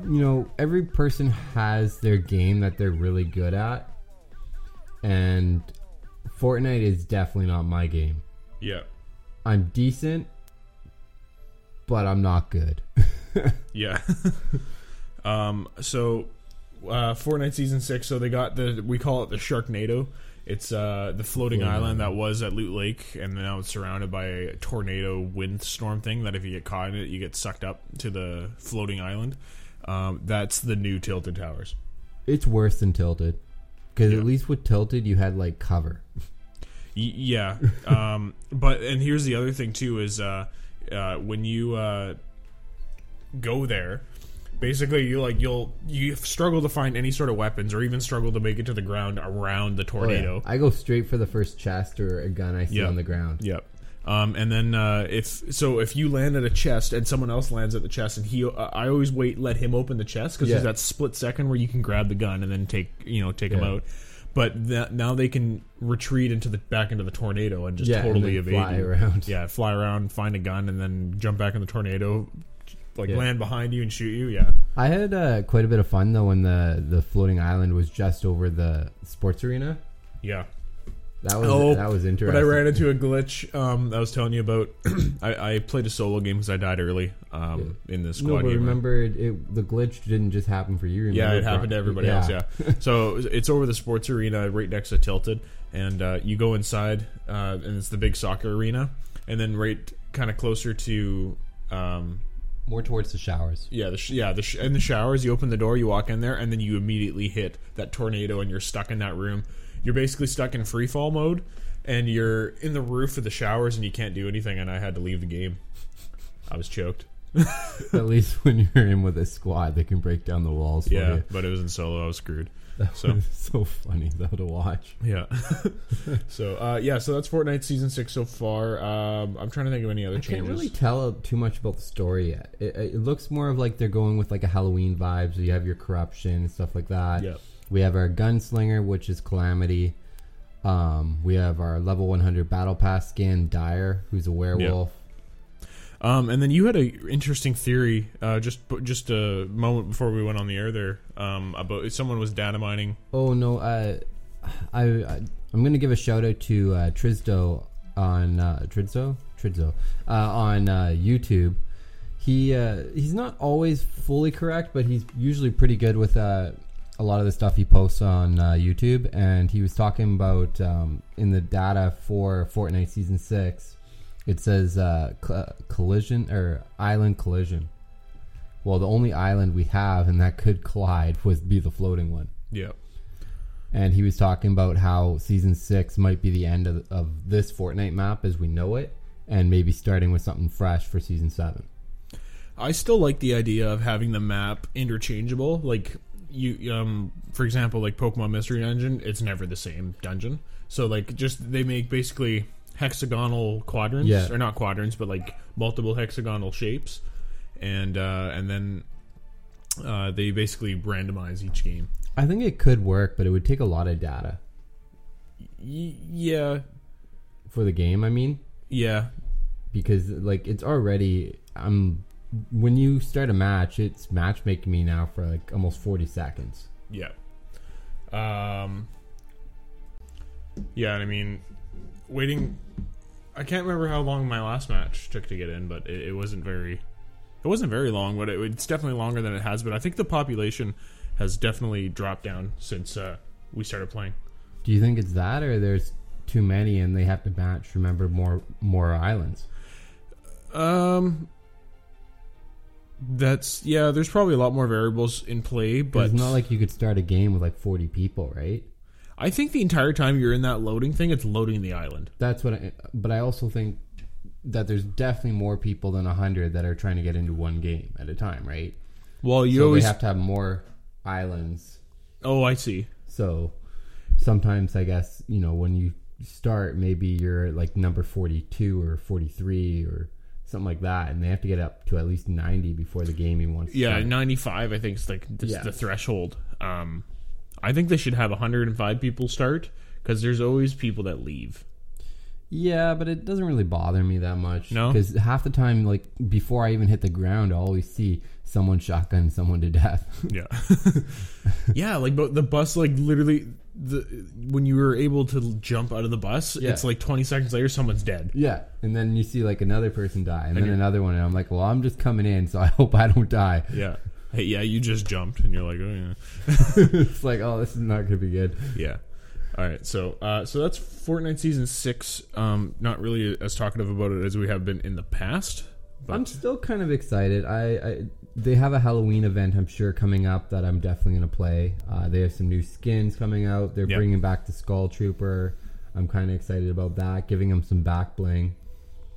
Speaker 4: you know, every person has their game that they're really good at. and Fortnite is definitely not my game.
Speaker 3: Yeah.
Speaker 4: I'm decent, but I'm not good.
Speaker 3: Yeah. um, so, uh, Fortnite season six. So they got the we call it the Sharknado. It's uh, the floating island that was at Loot Lake, and now it's surrounded by a tornado windstorm thing. That if you get caught in it, you get sucked up to the floating island. Um, that's the new Tilted Towers.
Speaker 4: it's worse than Tilted, because
Speaker 3: Yeah.
Speaker 4: at least with Tilted you had like cover.
Speaker 3: Y- yeah. Um, but and here's the other thing too is uh, uh, when you uh, go there, basically you like you'll you struggle to find any sort of weapons or even struggle to make it to the ground around the
Speaker 4: Oh,
Speaker 3: tornado.
Speaker 4: I go straight for the first chest or a gun I see
Speaker 3: Yeah.
Speaker 4: on the ground.
Speaker 3: Yep. Um, and then uh, if so, if you land at a chest and someone else lands at the chest, and he, uh, I always wait, let him open the chest because there's
Speaker 4: Yeah.
Speaker 3: that split second where you can grab the gun and then take you know take him
Speaker 4: Yeah.
Speaker 3: out. But that, now they can retreat into the back into the tornado and just
Speaker 4: Yeah, and
Speaker 3: totally
Speaker 4: then
Speaker 3: evade
Speaker 4: fly
Speaker 3: you.
Speaker 4: around.
Speaker 3: Yeah, fly around, find a gun, and then jump back in the tornado, like
Speaker 4: Yeah.
Speaker 3: land behind you and shoot you. Yeah,
Speaker 4: I had uh, quite a bit of fun though when the the floating island was just over the sports arena.
Speaker 3: yeah.
Speaker 4: That was that was interesting.
Speaker 3: Oh, But I ran into a glitch. Um, I was telling you about. I, I played a solo game because I died early. Um, in the squad
Speaker 4: No, but
Speaker 3: game.
Speaker 4: remember, it, it, the glitch didn't just happen for you.
Speaker 3: Yeah,
Speaker 4: remember?
Speaker 3: it happened to everybody else. Yeah, so it's over the sports arena right next to Tilted, and uh, you go inside, uh, and it's the big soccer arena, and then right kind of closer to, um,
Speaker 4: more towards the showers.
Speaker 3: yeah, the sh- yeah, the sh- in the showers. You open the door, you walk in there, and then you immediately hit that tornado, and you're stuck in that room. You're basically stuck in free fall mode, and you're in the roof of the showers, and you can't do anything. And I had to leave the game. I was choked.
Speaker 4: At least when you're in with a squad, they can break down the walls. for
Speaker 3: Yeah,
Speaker 4: you.
Speaker 3: but it was in solo. I was screwed. So.
Speaker 4: It's so funny though to watch.
Speaker 3: Yeah. so uh, yeah, so that's Fortnite season six so far. Um, I'm trying to think of any other
Speaker 4: I can't
Speaker 3: changes.
Speaker 4: really tell too much about the story yet. It, it looks more of like they're going with like a Halloween vibe. So you have your corruption and stuff like that.
Speaker 3: Yep.
Speaker 4: We have our gunslinger, which is Calamity. Um, we have our level 100 battle pass skin, Dyer, who's a werewolf.
Speaker 3: um, and then you had a interesting theory uh, just just a moment before we went on the air there um, about someone was data mining.
Speaker 4: Oh no, uh, I, I I'm gonna give a shout out to uh, Trizdo on uh, Trizdo Trizdo uh, on uh, YouTube. He uh, he's not always fully correct, but he's usually pretty good with uh, a lot of the stuff he posts on uh, YouTube. And he was talking about um, in the data for Fortnite season six. It says uh, cl- collision or island collision. Well, the only island we have and that could collide would be the floating one
Speaker 3: Yeah.
Speaker 4: and he was talking about how season six might be the end of, of this Fortnite map as we know it, and maybe starting with something fresh for season seven.
Speaker 3: I still like the idea of having the map interchangeable. Like you, um, for example, like Pokemon Mystery Dungeon, it's never the same dungeon. So like, just they make basically hexagonal quadrants,
Speaker 4: Yeah.
Speaker 3: or not quadrants, but like multiple hexagonal shapes, and uh, and then uh, they basically randomize each game.
Speaker 4: I think it could work, but it would take a lot of data
Speaker 3: Y- yeah,
Speaker 4: for the game. I mean,
Speaker 3: yeah,
Speaker 4: because like it's already um when you start a match, it's matchmaking me now for like almost forty seconds.
Speaker 3: Yeah. Um. Yeah, and I mean, waiting. I can't remember how long my last match took to get in, but it, it wasn't very. It wasn't very long, but it, it's definitely longer than it has. But I think the population has definitely dropped down since uh, we started playing.
Speaker 4: Do you think it's that, or there's too many and they have to match? Remember more more islands.
Speaker 3: Um. That's yeah. There's probably a lot more variables in play, but
Speaker 4: It's not like you could start a game with like forty people, right?
Speaker 3: I think the entire time you're in that loading thing, it's loading the island.
Speaker 4: That's what I. But I also think that there's definitely more people than hundred that are trying to get into one game at a time, right?
Speaker 3: Well, you
Speaker 4: so
Speaker 3: always
Speaker 4: they have to have more islands.
Speaker 3: oh, I see.
Speaker 4: So sometimes I guess you know when you start, maybe you're like number forty-two or forty-three or something like that, and they have to get up to at least ninety before the game even wants. to
Speaker 3: Yeah,
Speaker 4: start.
Speaker 3: 95 I think is like this,
Speaker 4: Yeah.
Speaker 3: the threshold. Um I think they should have 105 people start cuz there's always people that leave.
Speaker 4: Yeah, but it doesn't really bother me that much.
Speaker 3: No?
Speaker 4: because half the time, like before I even hit the ground, I always see someone shotgun someone to death.
Speaker 3: Yeah, yeah. Like but the bus, like literally, the when you were able to jump out of the bus,
Speaker 4: Yeah.
Speaker 3: it's like twenty seconds later, someone's dead.
Speaker 4: yeah, and then you see like another person die, and then another one, and I'm like, well, I'm just coming in, so I hope I don't die.
Speaker 3: Yeah, hey, yeah. You just jumped, and you're like, oh yeah,
Speaker 4: it's like, oh, this is not gonna be good.
Speaker 3: yeah. All right, so uh, so that's Fortnite season six. Um, not really as talkative about it as we have been in the past. But
Speaker 4: I'm still kind of excited. I, I they have a Halloween event, I'm sure, coming up that I'm definitely gonna play. Uh, they have some new skins coming out. They're
Speaker 3: Yeah.
Speaker 4: bringing back the Skull Trooper. I'm kind of excited about that, giving him some back bling,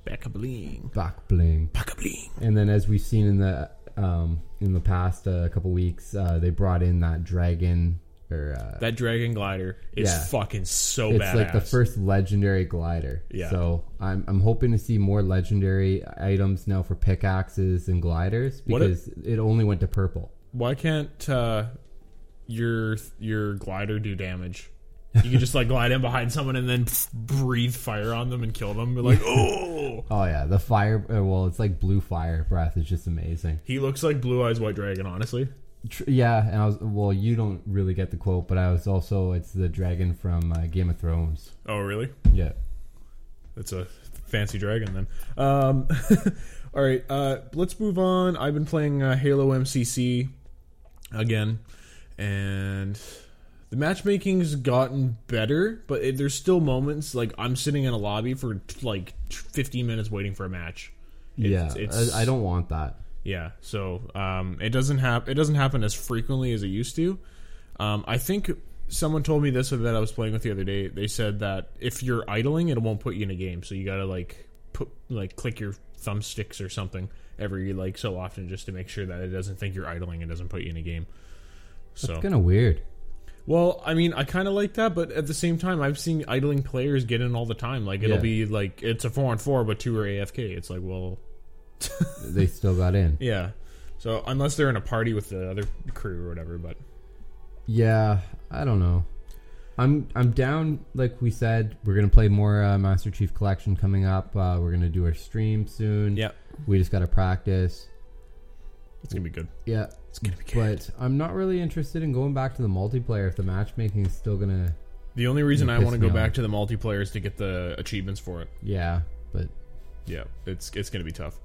Speaker 3: back up bling,
Speaker 4: back bling.
Speaker 3: back up bling.
Speaker 4: And then, as we've seen in the um, in the past uh, couple weeks, uh, they brought in that dragon. Or uh,
Speaker 3: That dragon glider is
Speaker 4: Yeah.
Speaker 3: fucking so
Speaker 4: it's
Speaker 3: badass.
Speaker 4: like the first legendary glider.
Speaker 3: Yeah.
Speaker 4: So I'm I'm hoping to see more legendary items now for pickaxes and gliders
Speaker 3: What a-
Speaker 4: because it only went to purple.
Speaker 3: Why can't uh, your your glider do damage? You can just like glide in behind someone and then breathe fire on them and kill them. You're like, oh,
Speaker 4: Oh yeah, the fire. uh, Well, it's like blue fire breath is just amazing.
Speaker 3: he looks like Blue Eyes White Dragon. Honestly,
Speaker 4: Tr- yeah, and I was well. You don't really get the quote, but I was also it's the dragon from uh, Game of Thrones.
Speaker 3: oh really?
Speaker 4: Yeah.
Speaker 3: That's a fancy dragon then. Um, all right, uh, let's move on. I've been playing uh, Halo MCC again, and the matchmaking's gotten better, but it, there's still moments like I'm sitting in a lobby for t- like t- 15 minutes waiting for a match.
Speaker 4: Yeah,
Speaker 3: it's-
Speaker 4: I, I don't want that.
Speaker 3: Yeah, so um, it doesn't hap- it doesn't happen as frequently as it used to. Um, I think someone told me this that I was playing with the other day. They said that if you're idling, it won't put you in a game, so you gotta like put like click your thumbsticks or something every like so often just to make sure that it doesn't think you're idling and doesn't put you in a game. So
Speaker 4: It's kind of weird.
Speaker 3: well, I mean, I kind of like that, but at the same time, I've seen idling players get in all the time. Like it'll
Speaker 4: Yeah.
Speaker 3: be like it's a four on four, but two are AFK. It's like well.
Speaker 4: They still got in.
Speaker 3: Yeah. So unless they're in a party with the other crew or whatever, but
Speaker 4: Yeah, I don't know. I'm I'm down. Like we said, we're gonna play more uh, Master Chief Collection coming up. Uh, we're gonna do our stream soon.
Speaker 3: Yep.
Speaker 4: We just gotta practice.
Speaker 3: it's gonna be good.
Speaker 4: Yeah.
Speaker 3: It's gonna be good.
Speaker 4: But I'm not really interested in going back to the multiplayer if the matchmaking is still gonna.
Speaker 3: The only reason I
Speaker 4: piss
Speaker 3: want to
Speaker 4: me
Speaker 3: go
Speaker 4: off.
Speaker 3: back to the multiplayer is to get the achievements for it.
Speaker 4: Yeah, but
Speaker 3: Yeah, it's it's gonna be tough.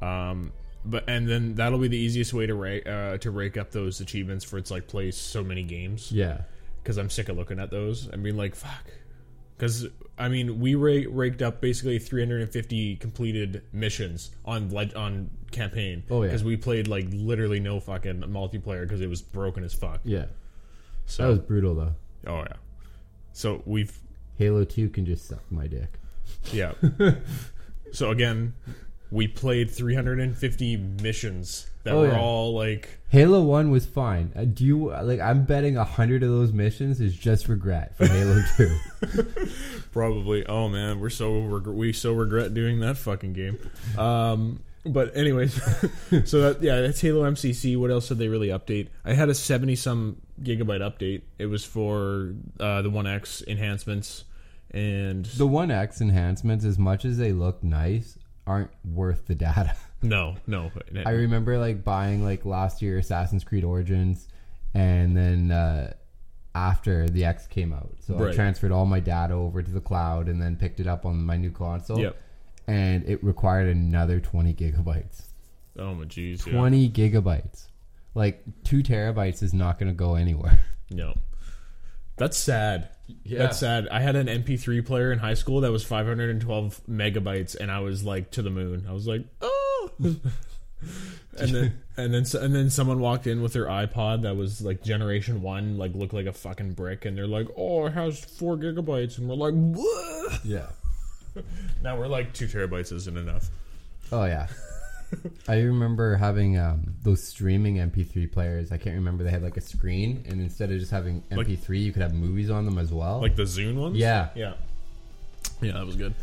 Speaker 3: Um, but and then that'll be the easiest way to rake uh, to rake up those achievements for it's like play so many games
Speaker 4: yeah,
Speaker 3: because I'm sick of looking at those and being like fuck. Because I mean, we ra- raked up basically 350 completed missions on leg- on campaign.
Speaker 4: Oh, yeah.
Speaker 3: because we played like literally no fucking multiplayer because it was broken as fuck.
Speaker 4: yeah.
Speaker 3: So
Speaker 4: That was brutal though.
Speaker 3: Oh yeah. So we've
Speaker 4: Halo Two can just suck my dick.
Speaker 3: yeah. so again, we played 350 missions that
Speaker 4: Oh,
Speaker 3: were
Speaker 4: yeah.
Speaker 3: all like
Speaker 4: Halo One was fine. Uh, do you like? I'm betting a hundred of those missions is just regret for Halo Two.
Speaker 3: probably oh man we're so reg- we so regret doing that fucking game. Um, but anyways, so that, yeah, that's Halo MCC. What else did they really update? I had a 70 some gigabyte update. It was for uh, the One X enhancements and
Speaker 4: The One X enhancements, as much as they look nice, aren't worth the data.
Speaker 3: no no
Speaker 4: I remember like buying like last year Assassin's Creed Origins, and then uh, after the X came out, so
Speaker 3: Right.
Speaker 4: I transferred all my data over to the cloud and then picked it up on my new console.
Speaker 3: Yep.
Speaker 4: And it required another twenty gigabytes.
Speaker 3: oh my jeez yeah.
Speaker 4: Twenty gigabytes, like two terabytes is not going to go anywhere.
Speaker 3: No. That's sad.
Speaker 4: Yeah.
Speaker 3: That's sad. I had an MP3 player in high school that was 512 megabytes, and I was like to the moon. I was like, oh. and then and then and then someone walked in with their iPod that was like Generation One, like looked like a fucking brick, and they're like, oh, it has four gigabytes, and we're like, "Whoa."
Speaker 4: Yeah.
Speaker 3: now we're like two terabytes isn't enough.
Speaker 4: Oh yeah. I remember having um, those streaming MP3 players. I can't remember they had like a screen, and instead of just having MP3, you could have movies on them as well.
Speaker 3: Like the Zune ones?
Speaker 4: Yeah.
Speaker 3: Yeah. Yeah, that was good.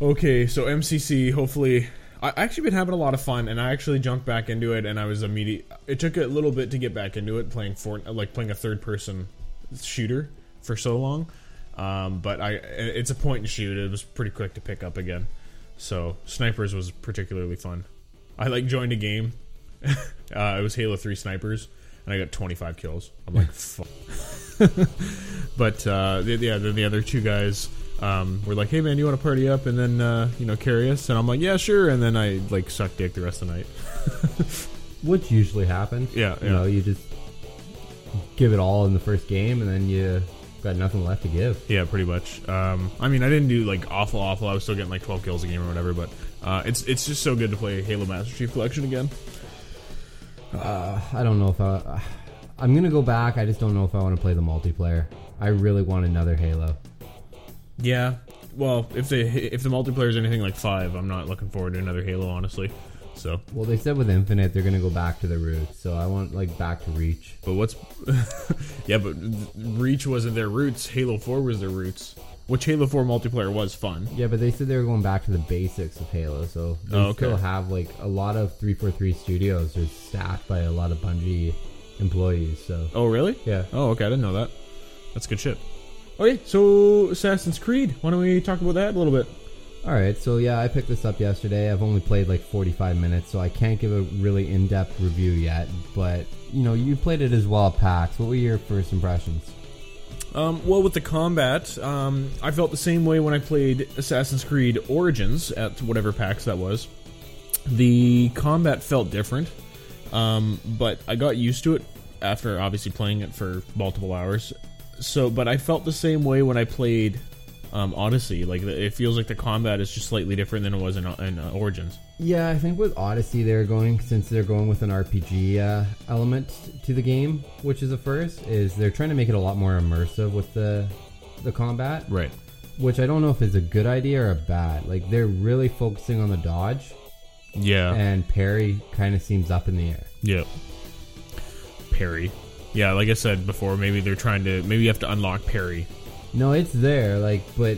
Speaker 3: Okay, so MCC, hopefully. I I actually been having a lot of fun, and I actually jumped back into it, and I was immediate. It took a little bit to get back into it, playing Fort, like playing a third person shooter for so long. Um, but I, it's a point and shoot. It was pretty quick to pick up again. So snipers was particularly fun. I like joined a game. uh, it was Halo Three snipers, and I got 25 kills. I'm like, fuck. but uh, the- yeah, then the other two guys um, were like, "Hey man, you want to party up and then uh, you know carry us?" And I'm like, "Yeah, sure." And then I like sucked dick the rest of the night.
Speaker 4: which usually happens.
Speaker 3: Yeah,
Speaker 4: you
Speaker 3: yeah.
Speaker 4: know, you just give it all in the first game, and then you got nothing left to give.
Speaker 3: Yeah, pretty much. Um, I mean, I didn't do like awful, awful. I was still getting like 12 kills a game or whatever. But uh, it's it's just so good to play Halo Master Chief Collection again.
Speaker 4: I don't know if I. I'm gonna go back. I just don't know if I want to play the multiplayer. I really want another Halo.
Speaker 3: Yeah. Well, if the if the multiplayer is anything like five, I'm not looking forward to another Halo, honestly. So,
Speaker 4: Well, they said with Infinite they're gonna go back to the roots, so I want like back to Reach.
Speaker 3: but what's yeah? But Reach wasn't their roots. Halo Four was their roots, which Halo Four multiplayer was fun.
Speaker 4: Yeah, but they said they were going back to the basics of Halo, so they
Speaker 3: Oh, okay.
Speaker 4: still have like a lot of 343 studios are staffed by a lot of Bungie employees. So
Speaker 3: Oh, really?
Speaker 4: Yeah.
Speaker 3: Oh, okay. I didn't know that. That's good shit. Okay, Oh, so Assassin's Creed. Why don't we talk about that a little bit?
Speaker 4: All right, so yeah, I picked this up yesterday. I've only played like 45 minutes, so I can't give a really in-depth review yet. But you know, you played it as well, Pax. What were your first impressions?
Speaker 3: Um, well, with the combat, um, I felt the same way when I played Assassin's Creed Origins at whatever PAX that was. The combat felt different, um, but I got used to it after obviously playing it for multiple hours. So, but I felt the same way when I played um, Odyssey. Like the- it feels like the combat is just slightly different than it was in, in uh, Origins.
Speaker 4: Yeah, I think with Odyssey they're going since they're going with an RPG uh, element to the game, which is a first. Is they're trying to make it a lot more immersive with the the combat,
Speaker 3: Right.
Speaker 4: which I don't know if is a good idea or a bad. Like they're really focusing on the dodge,
Speaker 3: Yeah.
Speaker 4: and parry kind of seems up in the air.
Speaker 3: Yeah. Parry. Yeah, like I said before, maybe they're trying to. Maybe you have to unlock parry.
Speaker 4: No, it's there, like, but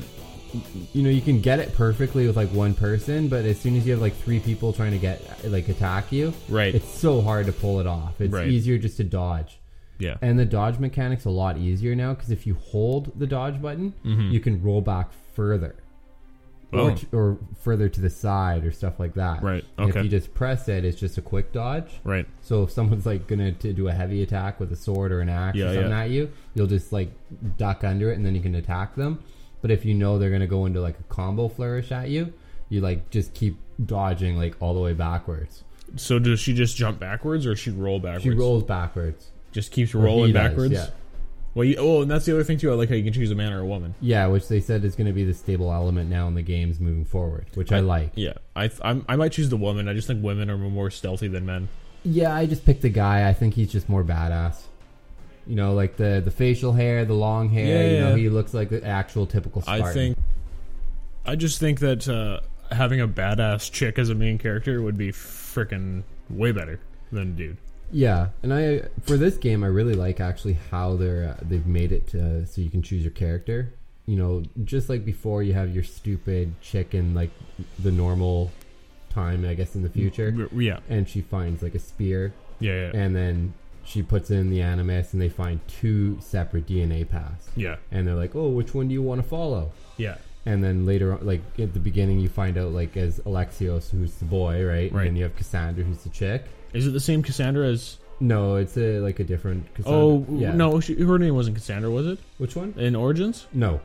Speaker 4: y- you know, you can get it perfectly with like one person, but as soon as you have like three people trying to get like attack you,
Speaker 3: Right.
Speaker 4: It's so hard to pull it off. It's
Speaker 3: Right.
Speaker 4: easier just to dodge.
Speaker 3: Yeah.
Speaker 4: And the dodge mechanic's a lot easier now because if you hold the dodge button, you can roll back further. Or,
Speaker 3: Mm-hmm. Oh.
Speaker 4: t- or further to the side or stuff like that.
Speaker 3: Right,
Speaker 4: And
Speaker 3: okay.
Speaker 4: if you just press it, it's just a quick dodge.
Speaker 3: Right.
Speaker 4: So if someone's like gonna to do a heavy attack with a sword or an axe
Speaker 3: Yeah,
Speaker 4: or something
Speaker 3: yeah.
Speaker 4: at you, you'll just like duck under it and then you can attack them. But if you know they're gonna go into like a combo flourish at you, you like just keep dodging like all the way backwards.
Speaker 3: So does she just jump backwards, or does she roll backwards?
Speaker 4: She rolls backwards.
Speaker 3: Just keeps
Speaker 4: Or he
Speaker 3: rolling
Speaker 4: does,
Speaker 3: backwards.
Speaker 4: yeah.
Speaker 3: Well, you, oh, and that's the other thing too. I like how you can choose a man or a woman.
Speaker 4: Yeah, which they said is gonna be the stable element now in the games moving forward, which I, like.
Speaker 3: Yeah, I th- I'm, I might choose the woman. I just think women are more stealthy than men.
Speaker 4: Yeah, I just picked the guy. I think he's just more badass. You know, like the the facial hair, the long hair.
Speaker 3: Yeah,
Speaker 4: you know,
Speaker 3: yeah.
Speaker 4: he looks like the actual typical. Spartan.
Speaker 3: I think. I just think that uh, having a badass chick as a main character would be freaking way better than dude.
Speaker 4: Yeah, and I for this game I really like actually how they're uh, they've made it to, so you can choose your character. You know, just like before, you have your stupid chicken like the normal time, I guess, in the future,
Speaker 3: Yeah,
Speaker 4: and she finds like a spear,
Speaker 3: yeah, yeah.
Speaker 4: and then she puts in the animus, and they find two separate DNA paths,
Speaker 3: yeah,
Speaker 4: and they're like, oh, which one do you want to follow?
Speaker 3: yeah.
Speaker 4: and then later on like at the beginning you find out like as alexios who's the boy
Speaker 3: Right.
Speaker 4: right, and then you have cassandra who's the chick
Speaker 3: Is it the same Cassandra as?
Speaker 4: no it's a like a different cassandra
Speaker 3: Oh
Speaker 4: Yeah.
Speaker 3: no, she, her name wasn't Cassandra, was it?
Speaker 4: which one
Speaker 3: In Origins?
Speaker 4: no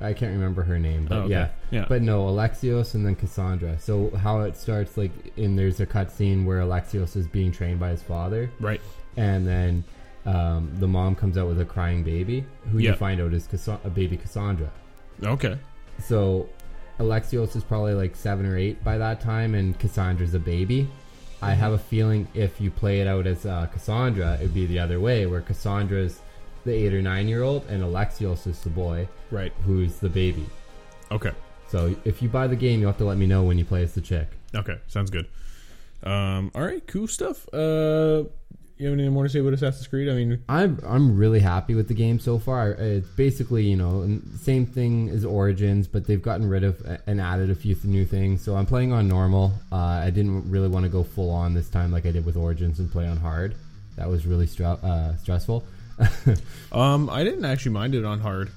Speaker 4: i can't remember her name but
Speaker 3: Oh, okay.
Speaker 4: yeah
Speaker 3: Yeah.
Speaker 4: but no alexios and then cassandra so how it starts like in there's a cutscene where alexios is being trained by his father
Speaker 3: Right.
Speaker 4: and then um, the mom comes out with a crying baby who
Speaker 3: Yeah.
Speaker 4: you find out is Cassa- a baby cassandra
Speaker 3: Okay.
Speaker 4: So Alexios is probably like seven or eight by that time, and Cassandra's a baby. I have a feeling if you play it out as uh, Cassandra, it'd be the other way, where Cassandra's the eight or nine year old, and Alexios is the boy
Speaker 3: Right.
Speaker 4: who's the baby.
Speaker 3: Okay.
Speaker 4: So if you buy the game, you'll have to let me know when you play as the chick.
Speaker 3: Okay, sounds good. Um, all right, cool stuff. Uh, you have anything more to say about Assassin's Creed? I mean,
Speaker 4: I'm I'm really happy with the game so far. It's basically you know n- same thing as Origins, but they've gotten rid of a- and added a few th- new things. So I'm playing on normal. Uh, I didn't really want to go full on this time like I did with Origins and play on hard. That was really stra- uh, stressful.
Speaker 3: um, I didn't actually mind it on hard.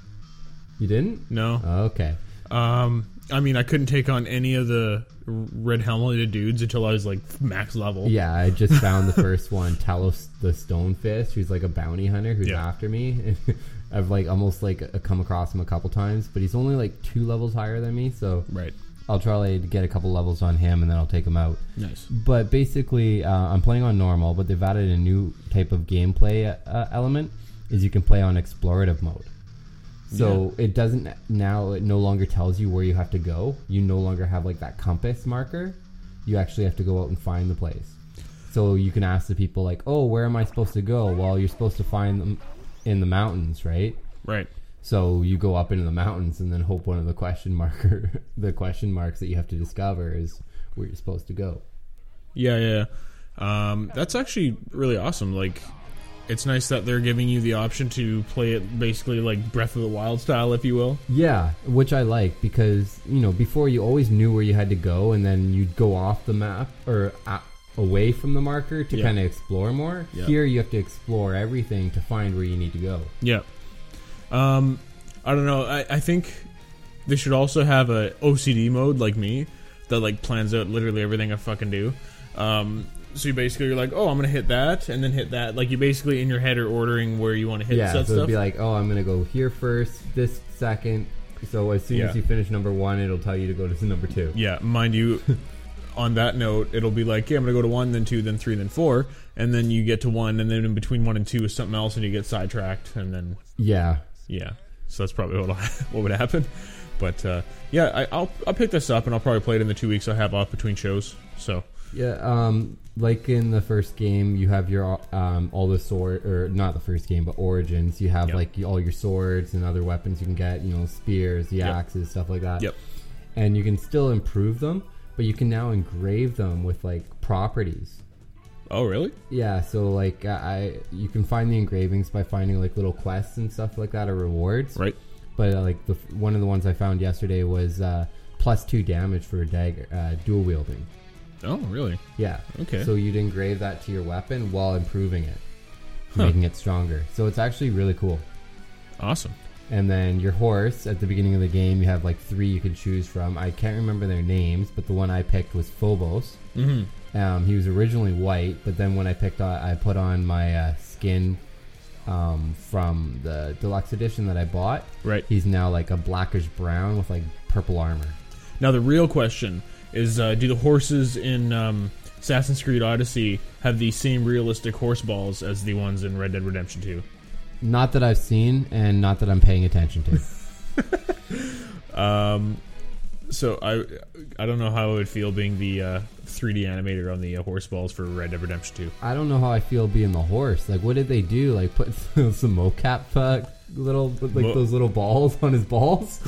Speaker 4: You didn't?
Speaker 3: No.
Speaker 4: Okay.
Speaker 3: Um, I mean, I couldn't take on any of the red helmeted dudes until I was like max level.
Speaker 4: Yeah, I just found the first one, Talos the Stonefist, who's like a bounty hunter who's
Speaker 3: Yeah.
Speaker 4: after me. I've like almost like uh, come across him a couple times, but he's only like two levels higher than me, so
Speaker 3: Right.
Speaker 4: I'll try to get a couple levels on him and then I'll take him out.
Speaker 3: Nice.
Speaker 4: But basically, uh, I'm playing on normal, but they've added a new type of gameplay uh, element is you can play on explorative mode. So it doesn't now it no longer tells you where you have to go. You no longer have like that compass marker. You actually have to go out and find the place. So you can ask the people like, "Oh, where am I supposed to go?" Well, you're supposed to find them in the mountains, right?
Speaker 3: Right.
Speaker 4: So you go up into the mountains and then hope one of the question marker the question marks that you have to discover is where you're supposed to go.
Speaker 3: Yeah, yeah. yeah. Um, that's actually really awesome. Like, it's nice that they're giving you the option to play it basically like Breath of the Wild style, if you will.
Speaker 4: Yeah, which I like because you know before you always knew where you had to go, and then you'd go off the map or a away from the marker to
Speaker 3: Yeah.
Speaker 4: kind of explore more.
Speaker 3: Yeah.
Speaker 4: Here you have to explore everything to find where you need to go.
Speaker 3: Yeah. Um, I don't know. I, I think they should also have a OCD mode like me that like plans out literally everything I fucking do. Um, so you basically you're like, oh, I'm gonna hit that and then hit that. Like you basically in your head are ordering where you want to hit
Speaker 4: yeah, so
Speaker 3: that
Speaker 4: it'd
Speaker 3: stuff.
Speaker 4: be like, oh, I'm gonna go here first, this second. So as soon
Speaker 3: Yeah.
Speaker 4: as you finish number one, it'll tell you to go to number two.
Speaker 3: yeah, mind you. On that note, it'll be like, yeah, I'm gonna go to one, then two, then three, then four, and then you get to one, and then in between one and two is something else, and you get sidetracked, and then
Speaker 4: Yeah,
Speaker 3: Yeah, so that's probably what what would happen. But uh, yeah, I, I'll I'll pick this up and I'll probably play it in the two weeks I have off between shows. So
Speaker 4: Yeah, um, like in the first game, you have your um, all the sword, or not the first game, but Origins. You have
Speaker 3: Yep.
Speaker 4: like all your swords and other weapons you can get. You know, spears, the
Speaker 3: Yep.
Speaker 4: axes, stuff like that.
Speaker 3: Yep.
Speaker 4: And you can still improve them, but you can now engrave them with like properties.
Speaker 3: oh really?
Speaker 4: Yeah, so like I, you can find the engravings by finding like little quests and stuff like that, or rewards.
Speaker 3: Right.
Speaker 4: But uh, like the one of the ones I found yesterday was uh, plus two damage for a dagger, uh, dual wielding.
Speaker 3: Oh really?
Speaker 4: Yeah.
Speaker 3: Okay.
Speaker 4: So you'd engrave that to your weapon while improving it, making it stronger. So it's actually really cool.
Speaker 3: Awesome.
Speaker 4: And then your horse at the beginning of the game, you have like three you can choose from. I can't remember their names, but the one I picked was Phobos. Mm-hmm. Um, he was originally white, but then when I picked, on, I put on my uh, skin um, from the deluxe edition that I bought.
Speaker 3: Right.
Speaker 4: He's now like a blackish brown with like purple armor.
Speaker 3: Now the real question is: uh, Do the horses in um, Assassin's Creed Odyssey have the same realistic horse balls as the ones in Red Dead Redemption Two?
Speaker 4: Not that I've seen, and not that I'm paying attention to.
Speaker 3: So I I don't know how I would feel being the uh, 3D animator on the uh, horse balls for Red Dead Redemption Two.
Speaker 4: I don't know how I feel being the horse. Like, what did they do? Like, put some mocap uh, little, like
Speaker 3: Mo-
Speaker 4: those little balls on his balls?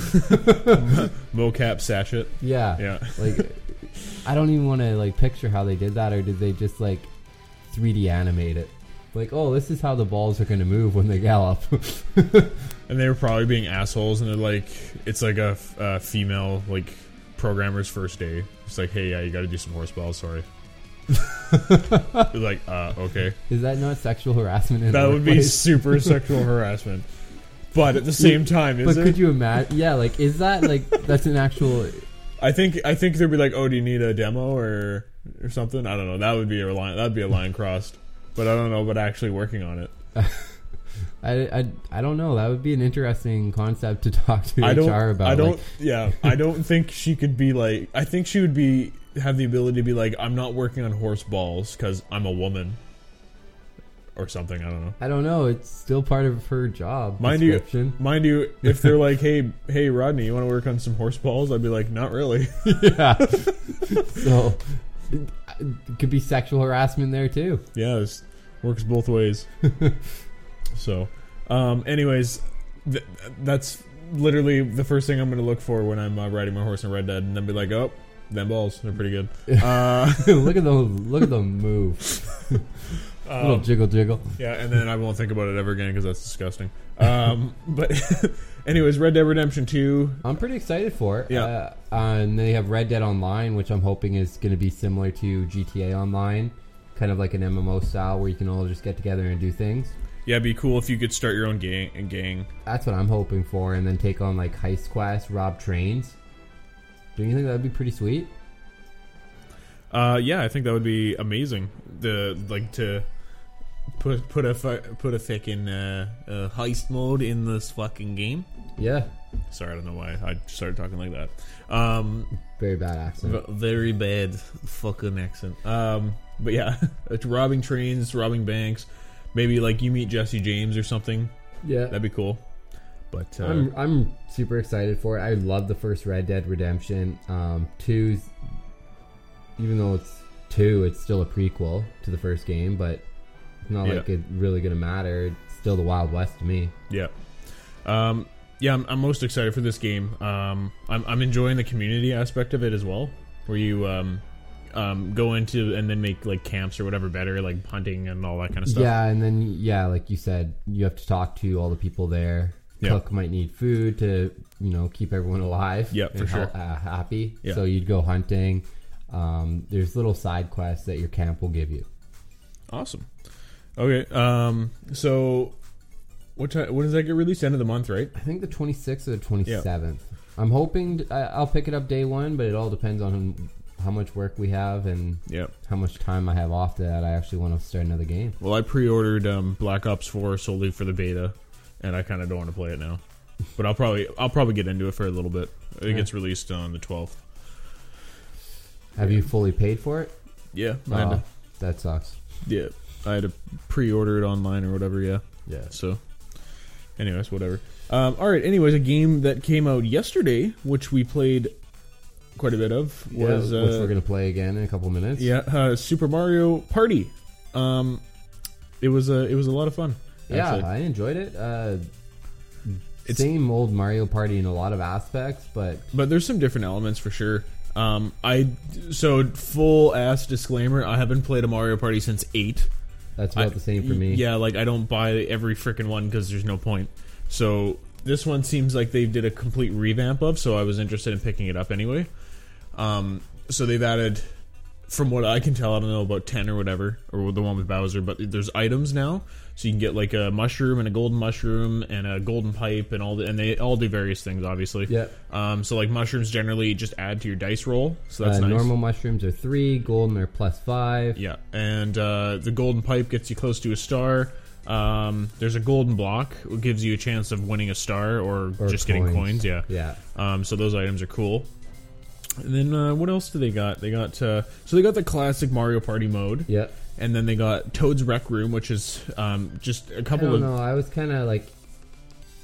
Speaker 3: Mocap sachet.
Speaker 4: yeah.
Speaker 3: Yeah.
Speaker 4: Like, I don't even want to like picture how they did that, or did they just like 3D animate it? Like, oh, this is how the balls are going to move when they gallop.
Speaker 3: And they were probably being assholes, and they're like, it's like a f- uh, female like programmer's first day. It's like, hey, yeah, you got to do some horse balls. Sorry. You're like, uh, okay,
Speaker 4: is that not sexual harassment? In
Speaker 3: that
Speaker 4: the
Speaker 3: would be
Speaker 4: workplace?
Speaker 3: super sexual harassment. But at the same time,
Speaker 4: But
Speaker 3: is
Speaker 4: could
Speaker 3: it?
Speaker 4: you imagine? Yeah, like, is that like that's an actual?
Speaker 3: I think I think they'd be like, oh, do you need a demo or or something? I don't know. That would be a line. That'd be a line crossed. But I don't know. But actually working on it.
Speaker 4: I, I, I don't know. That would be an interesting concept to talk to
Speaker 3: I
Speaker 4: HR
Speaker 3: don't.
Speaker 4: about.
Speaker 3: I don't.
Speaker 4: like,
Speaker 3: yeah, I don't think she could be like. I think she would be have the ability to be like, I'm not working on horse balls because I'm a woman, or something. I don't know.
Speaker 4: I don't know. It's still part of her job.
Speaker 3: Mind you,
Speaker 4: description.
Speaker 3: mind you, if they're like, hey, hey, Rodney, you want to work on some horse balls? I'd be like, not really.
Speaker 4: So it it could be sexual harassment there too.
Speaker 3: yeah, this works both ways. so, um, anyways, th- that's literally the first thing I'm going to look for when I'm uh, riding my horse in Red Dead, and then be like, oh, them balls, they're pretty good. Uh,
Speaker 4: look at them! Look at them move! Little
Speaker 3: Um,
Speaker 4: jiggle, jiggle.
Speaker 3: Yeah, and then I won't think about it ever again because that's disgusting. Um, but, anyways, Red Dead Redemption Two.
Speaker 4: I'm pretty excited for it.
Speaker 3: Yeah.
Speaker 4: Uh, uh, and they have Red Dead Online, which I'm hoping is going to be similar to GTA Online, kind of like an MMO style where you can all just get together and do things.
Speaker 3: Yeah, it'd be cool if you could start your own gang. And gang.
Speaker 4: That's what I'm hoping for, and then take on like heist quests, rob trains. Do you think that'd be pretty sweet?
Speaker 3: Uh, yeah, I think that would be amazing. The like to put put a fu- put a fucking uh, uh, heist mode in this fucking game.
Speaker 4: Yeah,
Speaker 3: Sorry, I don't know why I started talking like that. Um,
Speaker 4: very bad accent.
Speaker 3: V- Very bad fucking accent. Um, but yeah, it's robbing trains, robbing banks. Maybe like you meet Jesse James or something.
Speaker 4: yeah,
Speaker 3: That'd be cool. But uh,
Speaker 4: I'm I'm super excited for it. I love the first Red Dead Redemption. Um, two's even though it's two, it's still a prequel to the first game, but it's not
Speaker 3: Yeah.
Speaker 4: like it's really gonna matter. It's still the Wild West to me.
Speaker 3: yeah, um, yeah, I'm, I'm most excited for this game. Um, I'm, I'm enjoying the community aspect of it as well, where you um, um, go into and then make like camps or whatever better, like hunting and all that kind of stuff.
Speaker 4: Yeah, and then yeah, like you said, you have to talk to all the people there.
Speaker 3: Yeah.
Speaker 4: Cook might need food to you know keep everyone alive.
Speaker 3: Yeah, for
Speaker 4: and
Speaker 3: sure.
Speaker 4: hel- uh, happy.
Speaker 3: Yeah.
Speaker 4: So you'd go hunting. Um, there's little side quests that your camp will give you.
Speaker 3: Awesome. Okay. Um, so what time? When does that get released? End of the month, right?
Speaker 4: I think the 26th or the 27th. I'm hoping I, I'll pick it up day one, but it all depends on how much work we have and
Speaker 3: Yep.
Speaker 4: how much time I have off that I actually want to start another game.
Speaker 3: Well, I pre-ordered um, Black Ops 4 solely for the beta, and I kind of don't want to play it now. But I'll probably I'll probably get into it for a little bit. It gets released on the 12th.
Speaker 4: Have you fully paid for it?
Speaker 3: Yeah, I had
Speaker 4: Aw,
Speaker 3: to,
Speaker 4: that sucks.
Speaker 3: yeah. I had to pre-order it online or whatever. Yeah.
Speaker 4: Yeah.
Speaker 3: So, anyways, whatever. Um, all right. Anyways, a game that came out yesterday, which we played quite a bit of, was
Speaker 4: Yeah,
Speaker 3: uh,
Speaker 4: which we're gonna play again in a couple minutes.
Speaker 3: yeah uh, Super Mario Party. Um, it was a it was a lot of fun.
Speaker 4: yeah,
Speaker 3: actually.
Speaker 4: I enjoyed it. Uh,
Speaker 3: It's-
Speaker 4: same old Mario Party in a lot of aspects, but
Speaker 3: but there's some different elements for sure. Um, I so full ass disclaimer. I haven't played a Mario Party since eight.
Speaker 4: that's about
Speaker 3: I-
Speaker 4: the same for me.
Speaker 3: Yeah, like I don't buy every freaking one because there's no point. So this one seems like they did a complete revamp of. So I was interested in picking it up anyway. Um, so they've added, from what I can tell, I don't know about ten or whatever, or the one with Bowser, but there's items now, so you can get like a mushroom and a golden mushroom and a golden pipe and all, the, and they all do various things, obviously.
Speaker 4: Yep.
Speaker 3: Um, so like mushrooms generally just add to your dice roll, so that's
Speaker 4: uh,
Speaker 3: nice.
Speaker 4: Normal mushrooms are three, golden are plus five.
Speaker 3: Yeah, and uh, the golden pipe gets you close to a star. Um, there's a golden block, which gives you a chance of winning a star or,
Speaker 4: Or
Speaker 3: just getting coins. Yeah,
Speaker 4: yeah.
Speaker 3: Um, so those items are cool. And then uh, what else do they got? They got uh, so they got the classic Mario Party mode.
Speaker 4: Yep.
Speaker 3: And then they got Toad's Rec Room, which is um, just a
Speaker 4: I
Speaker 3: couple
Speaker 4: don't
Speaker 3: of
Speaker 4: know. I was kind of like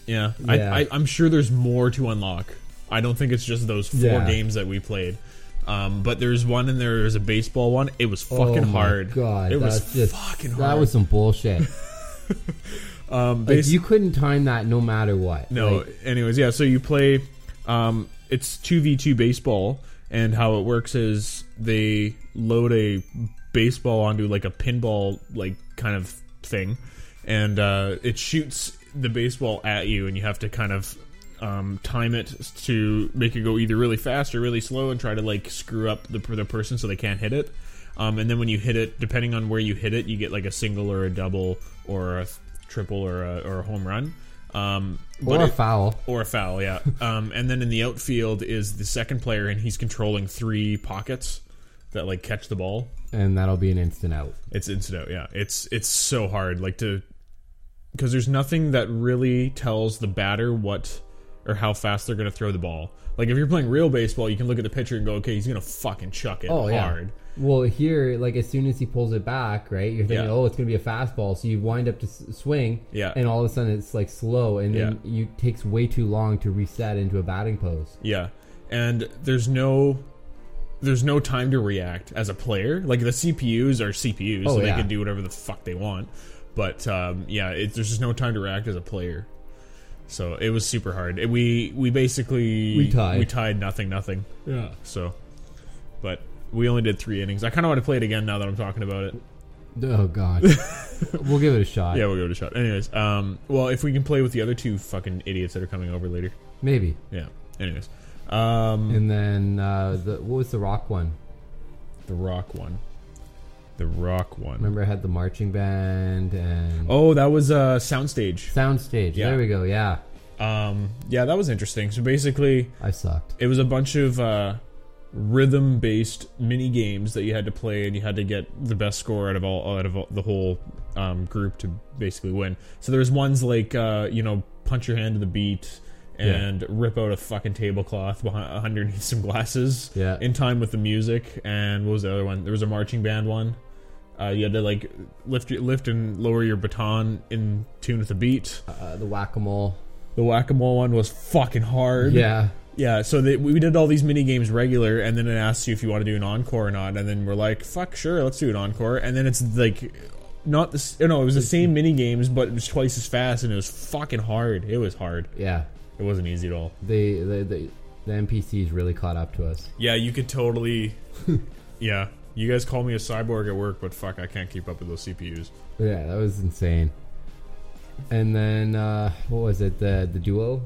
Speaker 3: yeah.
Speaker 4: Yeah.
Speaker 3: I, I, I'm sure there's more to unlock. I don't think it's just those four
Speaker 4: Yeah.
Speaker 3: games that we played. Um, but there's one and there is a baseball one. It was fucking
Speaker 4: oh my
Speaker 3: hard.
Speaker 4: God,
Speaker 3: it was
Speaker 4: that's just,
Speaker 3: fucking
Speaker 4: that
Speaker 3: hard.
Speaker 4: was some bullshit.
Speaker 3: um,
Speaker 4: like
Speaker 3: basi-
Speaker 4: you couldn't time that no matter what.
Speaker 3: No.
Speaker 4: Like,
Speaker 3: anyways, yeah. So you play. Um, it's two v two baseball, and how it works is they load a baseball onto like a pinball like kind of thing, and uh, it shoots the baseball at you, and you have to kind of um, time it to make it go either really fast or really slow, and try to like screw up the the person so they can't hit it. Um, and then when you hit it, depending on where you hit it, you get like a single or a double or a triple or a, or a home run. Um,
Speaker 4: or
Speaker 3: but
Speaker 4: a
Speaker 3: it-
Speaker 4: foul.
Speaker 3: or a foul, yeah. um, and then in the outfield is the second player, and he's controlling three pockets that like catch the ball.
Speaker 4: and that'll be an instant out.
Speaker 3: It's instant out, yeah. It's it's so hard, like to because there's nothing that really tells the batter what or how fast they're going to throw the ball. Like if you're playing real baseball, you can look at the pitcher and go, okay, he's going to fucking chuck it
Speaker 4: Oh yeah.
Speaker 3: hard.
Speaker 4: Well, here, like as soon as he pulls it back, right? You're thinking,
Speaker 3: Yeah.
Speaker 4: oh, it's gonna be a fastball. So you wind up to s- swing,
Speaker 3: Yeah.
Speaker 4: and all of a sudden it's like slow, and then you takes way too long to reset into a batting pose.
Speaker 3: Yeah, and there's no there's no time to react as a player. Like the CPUs are CPUs,
Speaker 4: Oh,
Speaker 3: so they
Speaker 4: yeah.
Speaker 3: can do whatever the fuck they want. But um, yeah, it, there's just no time to react as a player. So it was super hard. It- we we basically
Speaker 4: We tied.
Speaker 3: we tied nothing nothing.
Speaker 4: Yeah.
Speaker 3: So, but we only did three innings. I kind of want to play it again now that I'm talking about it.
Speaker 4: Oh god. we'll give it a shot.
Speaker 3: Yeah, we'll go to shot. Anyways, um, well, if we can play with the other two fucking idiots that are coming over later.
Speaker 4: Maybe.
Speaker 3: Yeah. Anyways, um,
Speaker 4: And then uh, the what was the rock one?
Speaker 3: the rock one. The rock one.
Speaker 4: Remember, I had the marching band and
Speaker 3: Oh, that was uh, soundstage.
Speaker 4: soundstage.
Speaker 3: Yeah.
Speaker 4: There we go. Yeah,
Speaker 3: Um, yeah, that was interesting. So basically,
Speaker 4: I sucked.
Speaker 3: it was a bunch of uh, rhythm-based mini games that you had to play, and you had to get the best score out of all out of all, the whole um, group to basically win. So there's ones like uh, you know punch your hand to the beat and rip out a fucking tablecloth behind, underneath some glasses
Speaker 4: Yeah.
Speaker 3: in time with the music. And what was the other one? There was a marching band one. Uh, you had to like lift your, lift and lower your baton in tune with the beat.
Speaker 4: Uh, the whack a mole.
Speaker 3: The whack a mole one was fucking hard.
Speaker 4: Yeah,
Speaker 3: Yeah, so they, we did all these mini games regular, and then it asks you if you want to do an encore or not, and then we're like, "Fuck, sure, let's do an encore." And then it's like, not this. No, it was the same mini games, but it was twice as fast, and it was fucking hard. It was hard.
Speaker 4: yeah.
Speaker 3: It wasn't easy at all.
Speaker 4: They the the, the NPCs really caught up to us.
Speaker 3: Yeah, you could totally. yeah, you guys call me a cyborg at work, but fuck, I can't keep up with those CPUs.
Speaker 4: Yeah, that was insane. And then uh, what was it? The the duo.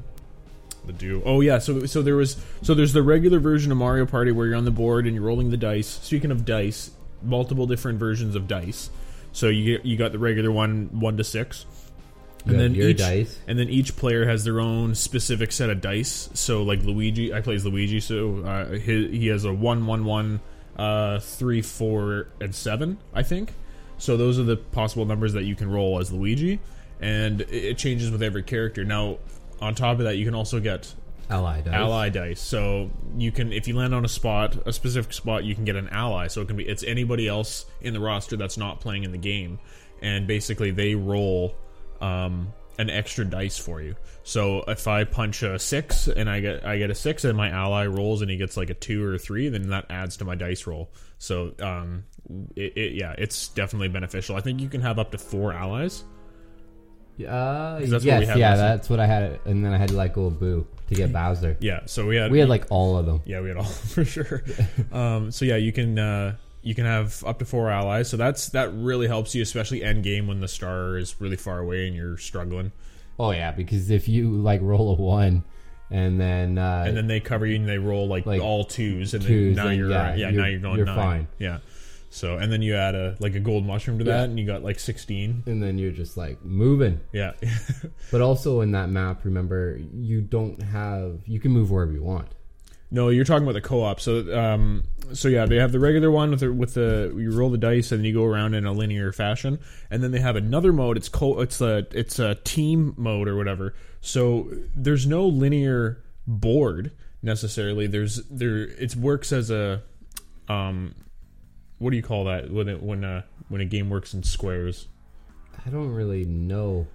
Speaker 3: The do. Oh yeah, so so there was so there's the regular version of Mario Party where you're on the board and you're rolling the dice. Speaking of dice, multiple different versions of dice. So you get, you got the regular one, one to six, and
Speaker 4: You have
Speaker 3: then
Speaker 4: your
Speaker 3: each
Speaker 4: dice.
Speaker 3: and then each player has their own specific set of dice. So like Luigi, I play as Luigi, so uh, he, he has a one, one, one, uh, three, four, and seven, I think. So those are the possible numbers that you can roll as Luigi, and it, it changes with every character. Now, on top of that, you can also get
Speaker 4: Ally dice.
Speaker 3: ally dice. So you can, if you land on a spot, a specific spot, you can get an ally. So it can be it's anybody else in the roster that's not playing in the game, and basically they roll um, an extra dice for you. So if I punch a six and I get I get a six, and my ally rolls and he gets like a two or a three, then that adds to my dice roll. So um, it, it, yeah, it's definitely beneficial. I think you can have up to four allies.
Speaker 4: Uh,
Speaker 3: that's what
Speaker 4: yes,
Speaker 3: we had
Speaker 4: yeah,
Speaker 3: last time.
Speaker 4: that's what I had. And then I had like old Boo to get Bowser.
Speaker 3: Yeah, so we had
Speaker 4: We had like all of them.
Speaker 3: Yeah, we had all for sure. um, so yeah, you can uh, you can have up to four allies. So that's that really helps you, especially end game when the star is really far away and you're struggling.
Speaker 4: Oh yeah, because if you like roll a one, and then uh,
Speaker 3: And then they cover you and they roll like,
Speaker 4: Like,
Speaker 3: all twos, and
Speaker 4: twos,
Speaker 3: then now
Speaker 4: and
Speaker 3: you're
Speaker 4: yeah,
Speaker 3: yeah, now
Speaker 4: you're-
Speaker 3: you're going
Speaker 4: you're
Speaker 3: nine.
Speaker 4: fine.
Speaker 3: Yeah. So and then you add a like a gold mushroom to that, and you got like sixteen.
Speaker 4: and then you're just like moving.
Speaker 3: Yeah.
Speaker 4: But also in that map, remember you don't have you can move wherever you want.
Speaker 3: No, you're talking about the co-op. So, um, so yeah, they have the regular one with the with the you roll the dice and you go around in a linear fashion, and then they have another mode. It's co- it's a it's a team mode or whatever. So there's no linear board necessarily. There's there it works as a um, what do you call that when it when uh when a game works in squares?
Speaker 4: I don't really know.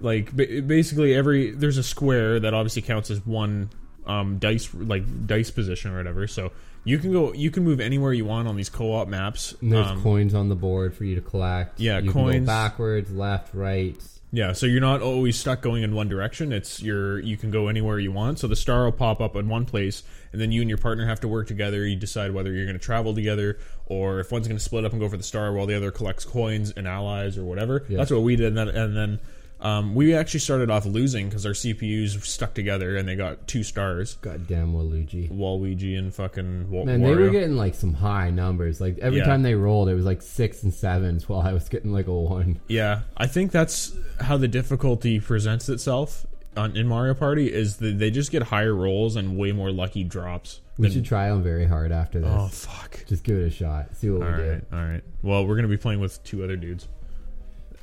Speaker 3: like ba- basically every there's a square that obviously counts as one um, dice like dice position or whatever. So you can go you can move anywhere you want on these co-op maps.
Speaker 4: And there's
Speaker 3: Um,
Speaker 4: coins on the board for you to collect.
Speaker 3: yeah,
Speaker 4: you Can
Speaker 3: coins.
Speaker 4: go backwards, left, right.
Speaker 3: yeah, so you're not always stuck going in one direction. It's your you can go anywhere you want. So the star will pop up in one place, and then you and your partner have to work together. You decide whether you're going to travel together or if one's going to split up and go for the star while the other collects coins and allies or whatever. That's what we did, and, that, and then. Um, we actually started off losing because our CPUs stuck together and they got two stars.
Speaker 4: Goddamn Waluigi.
Speaker 3: Waluigi and fucking Wa-
Speaker 4: Man,
Speaker 3: Wario.
Speaker 4: they were getting like some high numbers. Like every
Speaker 3: Yeah.
Speaker 4: time they rolled, it was like six and sevens, while I was getting like a one.
Speaker 3: yeah, I think that's how the difficulty presents itself on, in Mario Party is that they just get higher rolls and way more lucky drops.
Speaker 4: We should try them very hard after this.
Speaker 3: Oh fuck!
Speaker 4: Just give it a shot. See what
Speaker 3: All
Speaker 4: we
Speaker 3: right,
Speaker 4: do.
Speaker 3: all right. Well, we're gonna be playing with two other dudes.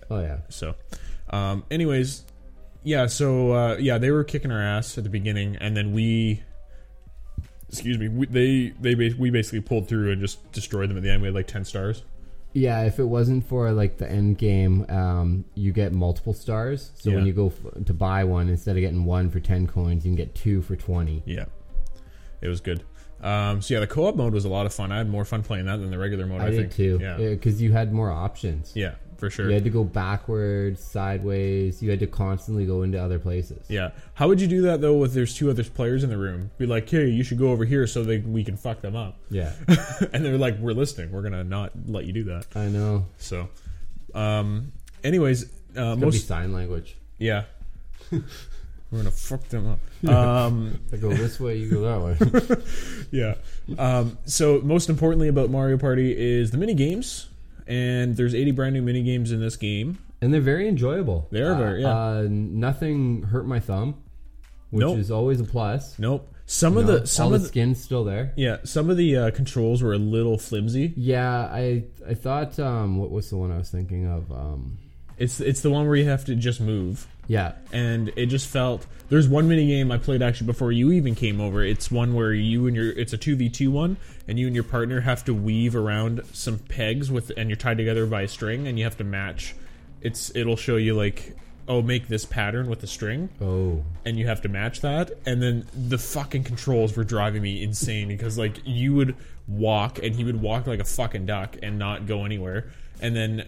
Speaker 4: Oh yeah.
Speaker 3: So, um, anyways, yeah. So uh, yeah, they were kicking our ass at the beginning, and then we, excuse me, we, they they ba- we basically pulled through and just destroyed them at the end. We had like ten stars.
Speaker 4: Yeah, if it wasn't for like the end game, um, you get multiple stars. So
Speaker 3: Yeah.
Speaker 4: when you go f- to buy one, instead of getting one for ten coins, you can get two for twenty.
Speaker 3: Yeah, it was good. Um, so yeah, the co-op mode was a lot of fun. I had more fun playing that than the regular mode. I,
Speaker 4: I, did
Speaker 3: think
Speaker 4: too,
Speaker 3: Yeah,
Speaker 4: because you had more options.
Speaker 3: yeah, for sure.
Speaker 4: You had to go backwards, sideways. You had to constantly go into other places.
Speaker 3: yeah. How would you do that though? With there's two other players in the room, be like, "Hey, you should go over here so they, we can fuck them up."
Speaker 4: Yeah,
Speaker 3: and they're like, "We're listening. We're gonna not let you do that."
Speaker 4: I know.
Speaker 3: So, um, anyways, uh,
Speaker 4: It'll be
Speaker 3: most
Speaker 4: sign language.
Speaker 3: yeah, we're gonna fuck them up. Um,
Speaker 4: I go this way, you go that way.
Speaker 3: yeah. Um, so most importantly about Mario Party is the mini games, and there's 80 brand new mini games in this game.
Speaker 4: and they're very enjoyable.
Speaker 3: They are very- yeah.
Speaker 4: Uh, nothing hurt my thumb, which
Speaker 3: Nope.
Speaker 4: is always a plus.
Speaker 3: Nope. Some of
Speaker 4: You know,
Speaker 3: the some
Speaker 4: all
Speaker 3: of
Speaker 4: the
Speaker 3: the,
Speaker 4: skin's still there.
Speaker 3: yeah some of the uh, controls were a little flimsy.
Speaker 4: Yeah, I I thought um what was the one I was thinking of um
Speaker 3: It's it's the one where you have to just move.
Speaker 4: yeah
Speaker 3: and it just felt there's one mini game I played actually before you even came over. It's one where you and your it's a two v two one, and you and your partner have to weave around some pegs with, and you're tied together by a string, and you have to match. It's it'll show you like oh make this pattern with the string,
Speaker 4: oh
Speaker 3: and you have to match that. And then the fucking controls were driving me insane because like you would walk and he would walk like a fucking duck and not go anywhere. And then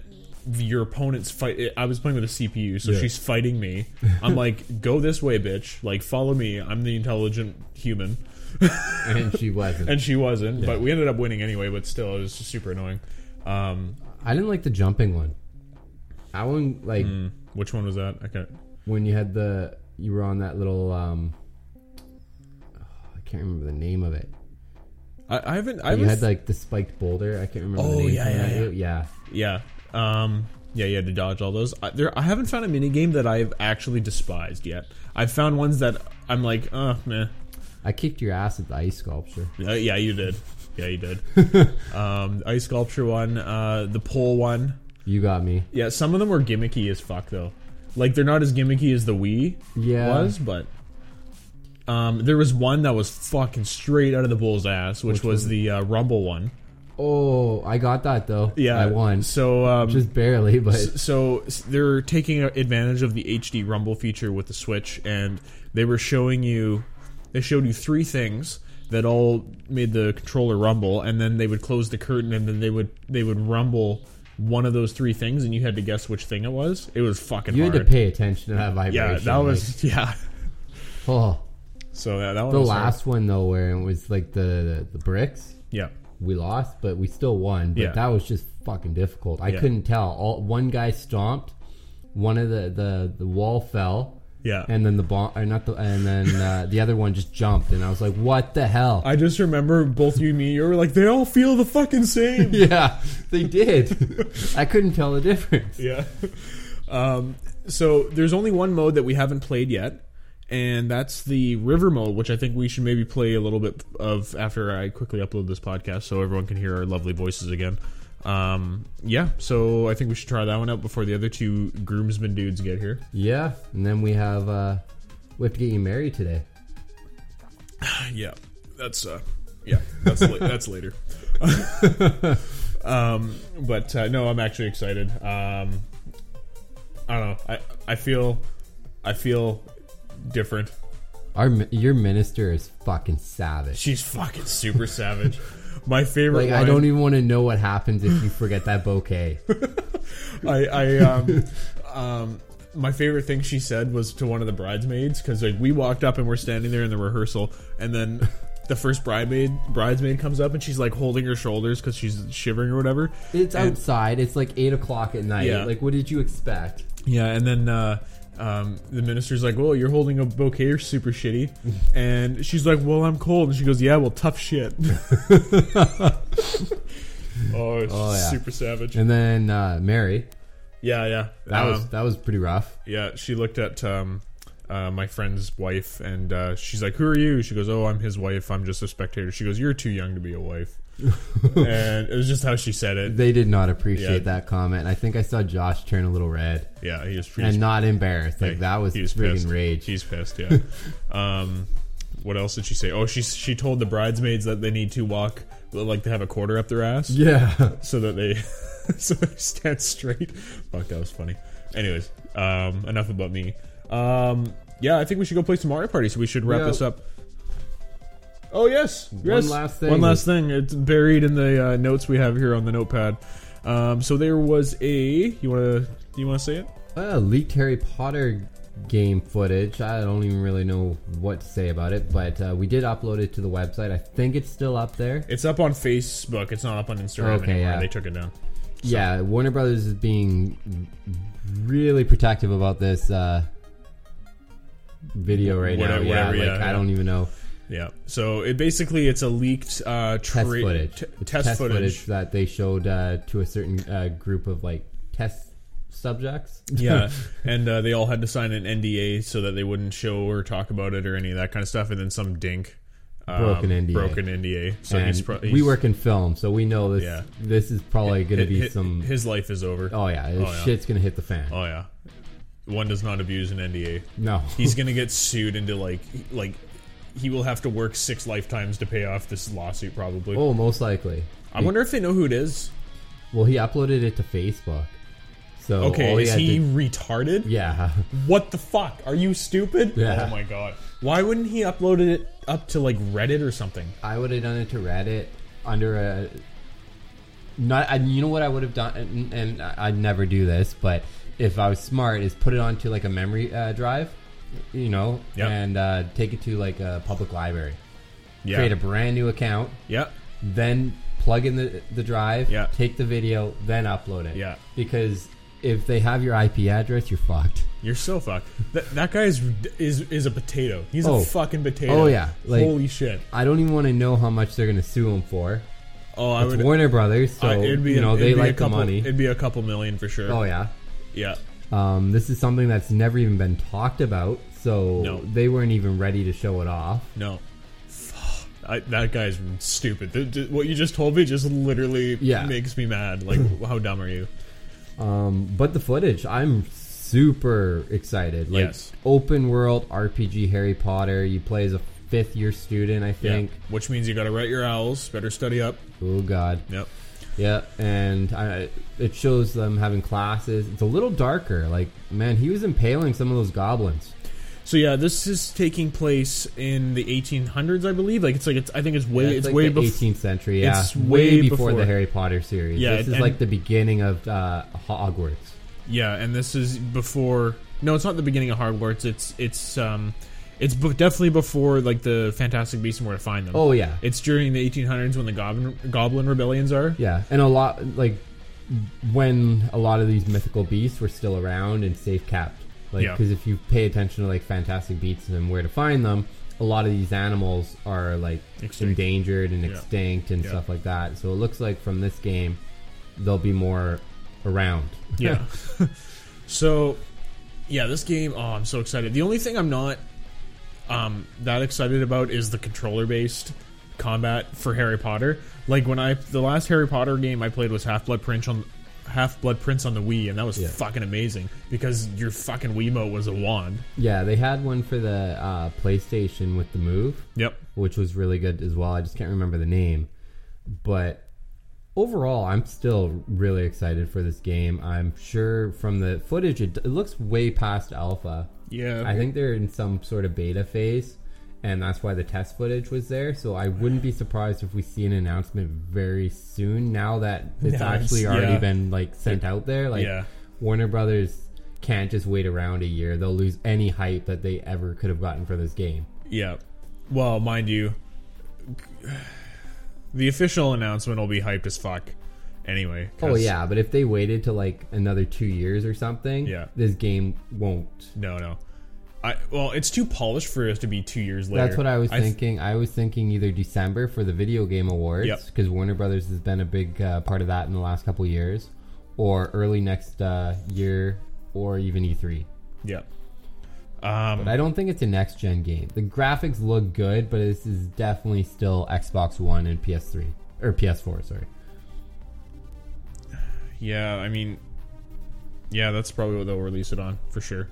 Speaker 3: your opponent's fight. I was playing with a CPU, so she's fighting me. I'm like, go this way, bitch. Like follow me. I'm the intelligent human.
Speaker 4: and she wasn't.
Speaker 3: And she wasn't, but we ended up winning anyway. But still, it was just super annoying. Um,
Speaker 4: I didn't like the jumping one. That one like
Speaker 3: which one was that? I can't.
Speaker 4: when you had the you were on that little um I can't remember the name of it.
Speaker 3: I, I haven't. I
Speaker 4: You
Speaker 3: haven't
Speaker 4: had like the spiked boulder. I can't remember
Speaker 3: Oh,
Speaker 4: the name.
Speaker 3: yeah,
Speaker 4: for
Speaker 3: yeah,
Speaker 4: it. yeah.
Speaker 3: Yeah. Um, yeah, you had to dodge all those. I, there, I haven't found a minigame that I've actually despised yet. I've found ones that I'm like, uh, meh.
Speaker 4: I kicked your ass at the ice sculpture.
Speaker 3: Uh, yeah, you did. Yeah, you did. um, the ice sculpture one, uh, the pole one.
Speaker 4: You got me.
Speaker 3: Yeah, some of them were gimmicky as fuck, though. Like, they're not as gimmicky as the Wii
Speaker 4: Yeah.
Speaker 3: was, but. Um, there was one that was fucking straight out of the bull's ass, which, was the uh, Rumble one.
Speaker 4: Oh, I got that though.
Speaker 3: Yeah,
Speaker 4: I won.
Speaker 3: So um,
Speaker 4: Just barely, but
Speaker 3: so s- they're taking advantage of the HD Rumble feature with the Switch, and they were showing you, they showed you three things that all made the controller rumble, and then they would close the curtain, and then they would they would rumble one of those three things, and you had to guess which thing it was. It was fucking
Speaker 4: you had
Speaker 3: hard.
Speaker 4: to pay attention to that vibration.
Speaker 3: yeah, that was yeah.
Speaker 4: like, oh.
Speaker 3: So yeah, that one
Speaker 4: The
Speaker 3: was hard.
Speaker 4: last one though, where it was like the the bricks,
Speaker 3: yeah.
Speaker 4: we lost, but we still won. But
Speaker 3: Yeah.
Speaker 4: that was just fucking difficult. I
Speaker 3: Yeah.
Speaker 4: couldn't tell. All one guy stomped, one of the the, the wall fell.
Speaker 3: Yeah.
Speaker 4: and then the bomb, or not the, and then uh, the other one just jumped, and I was like, "What the hell?"
Speaker 3: I just remember both you and me. You were like, they all feel the fucking same.
Speaker 4: yeah, they did. I couldn't tell the difference.
Speaker 3: Yeah. Um, so there's only one mode that we haven't played yet, and that's the river mode, which I think we should maybe play a little bit of after I quickly upload this podcast so everyone can hear our lovely voices again. Um, yeah, so I think we should try that one out before the other two groomsmen dudes get here.
Speaker 4: Yeah, and then we have uh, we have to get you married today.
Speaker 3: Yeah, that's uh, yeah, that's la- that's later. um, but uh, no, I'm actually excited. Um, I don't know. I I feel I feel different.
Speaker 4: Our mi- your minister is fucking savage.
Speaker 3: She's fucking super savage. My favorite.
Speaker 4: Like I
Speaker 3: line-
Speaker 4: don't e-, even want to know what happens if you forget that bouquet.
Speaker 3: I, I um, um, my favorite thing she said was to one of the bridesmaids because like we walked up and we're standing there in the rehearsal, and then the first bridesmaid bridesmaid comes up and she's like holding her shoulders because she's shivering or whatever.
Speaker 4: It's
Speaker 3: And-
Speaker 4: outside. It's like eight o'clock at night.
Speaker 3: Yeah.
Speaker 4: Like, what did you expect?
Speaker 3: Yeah, and then uh, um, the minister's like, "Well, you're holding a bouquet, you're super shitty," and she's like, "Well, I'm cold," and she goes, "Yeah, well, tough shit." oh, it's
Speaker 4: yeah.
Speaker 3: super savage.
Speaker 4: And then uh, Mary,
Speaker 3: Yeah, yeah.
Speaker 4: that
Speaker 3: Um,
Speaker 4: was that was pretty rough.
Speaker 3: Yeah, she looked at um, uh, my friend's wife, and uh, she's like, "Who are you?" She goes, "Oh, I'm his wife. I'm just a spectator." She goes, "You're too young to be a wife," and it was just how she said it.
Speaker 4: They did not appreciate
Speaker 3: Yeah.
Speaker 4: that comment. I think I saw Josh turn a little red
Speaker 3: Yeah, he was pretty.
Speaker 4: and not embarrassed. Like that was
Speaker 3: he was
Speaker 4: friggin'
Speaker 3: pissed.
Speaker 4: rage.
Speaker 3: He's pissed. Yeah. um, what else did she say? Oh, she she told the bridesmaids that they need to walk like they have a quarter up their ass,
Speaker 4: yeah,
Speaker 3: so that they so they stand straight. Fuck, that was funny. Anyways, um, enough about me. Um, yeah, I think we should go play some Mario Party. So we should wrap
Speaker 4: Yeah.
Speaker 3: this up. Oh yes, yes.
Speaker 4: last thing.
Speaker 3: One last thing. It's buried in the uh, notes we have here on the notepad. Um, so there was a. You want to? You want to say it?
Speaker 4: uh, leaked Harry Potter game footage. I don't even really know what to say about it, but uh, we did upload it to the website. I think it's still up there.
Speaker 3: It's up on Facebook. It's not up on Instagram
Speaker 4: Okay,
Speaker 3: anymore.
Speaker 4: yeah.
Speaker 3: They took it down.
Speaker 4: Yeah, Warner Brothers is being really protective about this uh, video right
Speaker 3: Whatever-
Speaker 4: now. Yeah,
Speaker 3: whatever,
Speaker 4: like
Speaker 3: yeah,
Speaker 4: I
Speaker 3: yeah.
Speaker 4: don't even know.
Speaker 3: Yeah. So it basically it's a leaked uh,
Speaker 4: Test
Speaker 3: tra-
Speaker 4: footage.
Speaker 3: t-
Speaker 4: It's
Speaker 3: test, footage.
Speaker 4: that they showed uh, to a certain uh, group of like test subjects.
Speaker 3: yeah, and uh, they all had to sign an NDA so that they wouldn't show or talk about it or any of that kind of stuff. And then some dink um,
Speaker 4: Broke an NDA.
Speaker 3: broken NDA. So
Speaker 4: and
Speaker 3: he's, pro- he's
Speaker 4: we work in film, so we know this.
Speaker 3: Yeah.
Speaker 4: This is probably going to
Speaker 3: hi-
Speaker 4: be
Speaker 3: hi-
Speaker 4: some.
Speaker 3: His life is over.
Speaker 4: oh yeah, this
Speaker 3: yeah.
Speaker 4: shit's going to hit the fan.
Speaker 3: Oh yeah, one does not abuse an NDA.
Speaker 4: No,
Speaker 3: He's gonna get sued into like like he will have to work six lifetimes to pay off this lawsuit probably.
Speaker 4: oh, most likely.
Speaker 3: I wonder if they know who it is.
Speaker 4: Well, he uploaded it to Facebook. So
Speaker 3: Okay,
Speaker 4: all
Speaker 3: is
Speaker 4: had
Speaker 3: he
Speaker 4: to-
Speaker 3: retarded?
Speaker 4: oh, yeah,
Speaker 3: What the fuck? Are you stupid?
Speaker 4: Yeah.
Speaker 3: Oh my god. Why wouldn't he upload it up to like Reddit or something?
Speaker 4: I would have done it to Reddit under a. Not, and you know what I would have done, and, and I- I'd never do this, but if I was smart, is put it onto like a memory uh, drive, you know,
Speaker 3: Yeah.
Speaker 4: and uh, take it to like a public library.
Speaker 3: Yeah.
Speaker 4: Create a brand new account,
Speaker 3: yeah.
Speaker 4: then plug in the, the drive,
Speaker 3: Yeah.
Speaker 4: take the video, then upload it.
Speaker 3: Yeah.
Speaker 4: Because if they have your IP address, you're fucked.
Speaker 3: You're so fucked. That, that guy is is is a potato. He's
Speaker 4: Oh.
Speaker 3: a fucking potato.
Speaker 4: Oh, yeah, like-
Speaker 3: Holy shit.
Speaker 4: I don't even want to know how much they're going to sue them for.
Speaker 3: Oh, I
Speaker 4: It's
Speaker 3: would.
Speaker 4: Warner Brothers, so
Speaker 3: I- it'd be
Speaker 4: you
Speaker 3: a-
Speaker 4: know
Speaker 3: it'd
Speaker 4: they
Speaker 3: be a
Speaker 4: like the
Speaker 3: couple-
Speaker 4: money.
Speaker 3: It'd be a couple million for sure.
Speaker 4: oh yeah.
Speaker 3: yeah.
Speaker 4: Um, this is something that's never even been talked about, so
Speaker 3: No.
Speaker 4: they weren't even ready to show it off.
Speaker 3: No. Fuck. I, that guy's stupid. Th- th- what you just told me just literally
Speaker 4: Yeah.
Speaker 3: makes me mad. Like, how dumb are you?
Speaker 4: Um, but the footage, I'm super excited. Like
Speaker 3: Yes.
Speaker 4: open world RPG Harry Potter. You play as a fifth year student, I think.
Speaker 3: Yeah. Which means you got to write your owls. Better study up.
Speaker 4: Oh god.
Speaker 3: Yep.
Speaker 4: Yeah, and I, it shows them having classes. It's a little darker. Like, man, he was impaling some of those goblins.
Speaker 3: So yeah, this is taking place in the 1800s, I believe. Like it's like it's. I think it's way.
Speaker 4: That's
Speaker 3: it's
Speaker 4: like
Speaker 3: way
Speaker 4: the
Speaker 3: bef-
Speaker 4: 18th century. Yeah,
Speaker 3: It's
Speaker 4: way,
Speaker 3: way
Speaker 4: before, the
Speaker 3: before-
Speaker 4: Harry Potter series.
Speaker 3: Yeah,
Speaker 4: this
Speaker 3: and-
Speaker 4: is like the beginning of uh, Hogwarts.
Speaker 3: Yeah, and this is before. No, it's not the beginning of Hogwarts. It's it's um, it's b- definitely before like the Fantastic Beasts and where to find them.
Speaker 4: Oh yeah,
Speaker 3: It's during the 1800s when the Goblin Goblin rebellions are.
Speaker 4: yeah, and a lot like when a lot of these mythical beasts were still around and safe kept. Like,
Speaker 3: Yeah.
Speaker 4: because if you pay attention to like Fantastic Beasts and where to find them, a lot of these animals are like
Speaker 3: Extinct.
Speaker 4: endangered and extinct and
Speaker 3: Yeah.
Speaker 4: stuff like that. So it looks like from this game, they'll be more around.
Speaker 3: Yeah. so, yeah, this game. Oh, I'm so excited. The only thing I'm not um, that excited about is the controller based combat for Harry Potter. Like when I the last Harry Potter game I played was Half Blood Prince on Half Blood Prince on the Wii, and that was fucking amazing because your fucking Wiimote was a wand.
Speaker 4: Yeah, they had one for the uh, PlayStation with the Move.
Speaker 3: Yep.
Speaker 4: which was really good as well. I just can't remember the name, but overall, I'm still really excited for this game. I'm sure from the footage, it, it looks way past alpha.
Speaker 3: Yeah.
Speaker 4: I think they're in some sort of beta phase, and that's why the test footage was there. So I wouldn't be surprised if we see an announcement very soon. Now that it's
Speaker 3: Nice,
Speaker 4: actually already
Speaker 3: yeah.
Speaker 4: been like sent out there, like
Speaker 3: Yeah.
Speaker 4: Warner Brothers can't just wait around a year. They'll lose any hype that they ever could have gotten for this game.
Speaker 3: Yeah. Well, mind you, the official announcement will be hyped as fuck. Anyway.
Speaker 4: Oh
Speaker 3: 'cause-
Speaker 4: yeah, but if they waited to like another two years or something,
Speaker 3: Yeah.
Speaker 4: this game won't.
Speaker 3: No, no. I well, it's too polished for us to be two years later.
Speaker 4: That's what I was
Speaker 3: th-
Speaker 4: thinking. I was thinking either December for the video game
Speaker 3: Yep.
Speaker 4: awards because Warner Brothers has been a big uh, part of that in the last couple years, or early next uh, year, or even E3.
Speaker 3: yeah. Um,
Speaker 4: But I don't think it's a next gen game. The graphics look good, but this is definitely still Xbox One and PS3 or PS4. Sorry.
Speaker 3: Yeah, I mean, yeah, that's probably what they'll release it on for sure.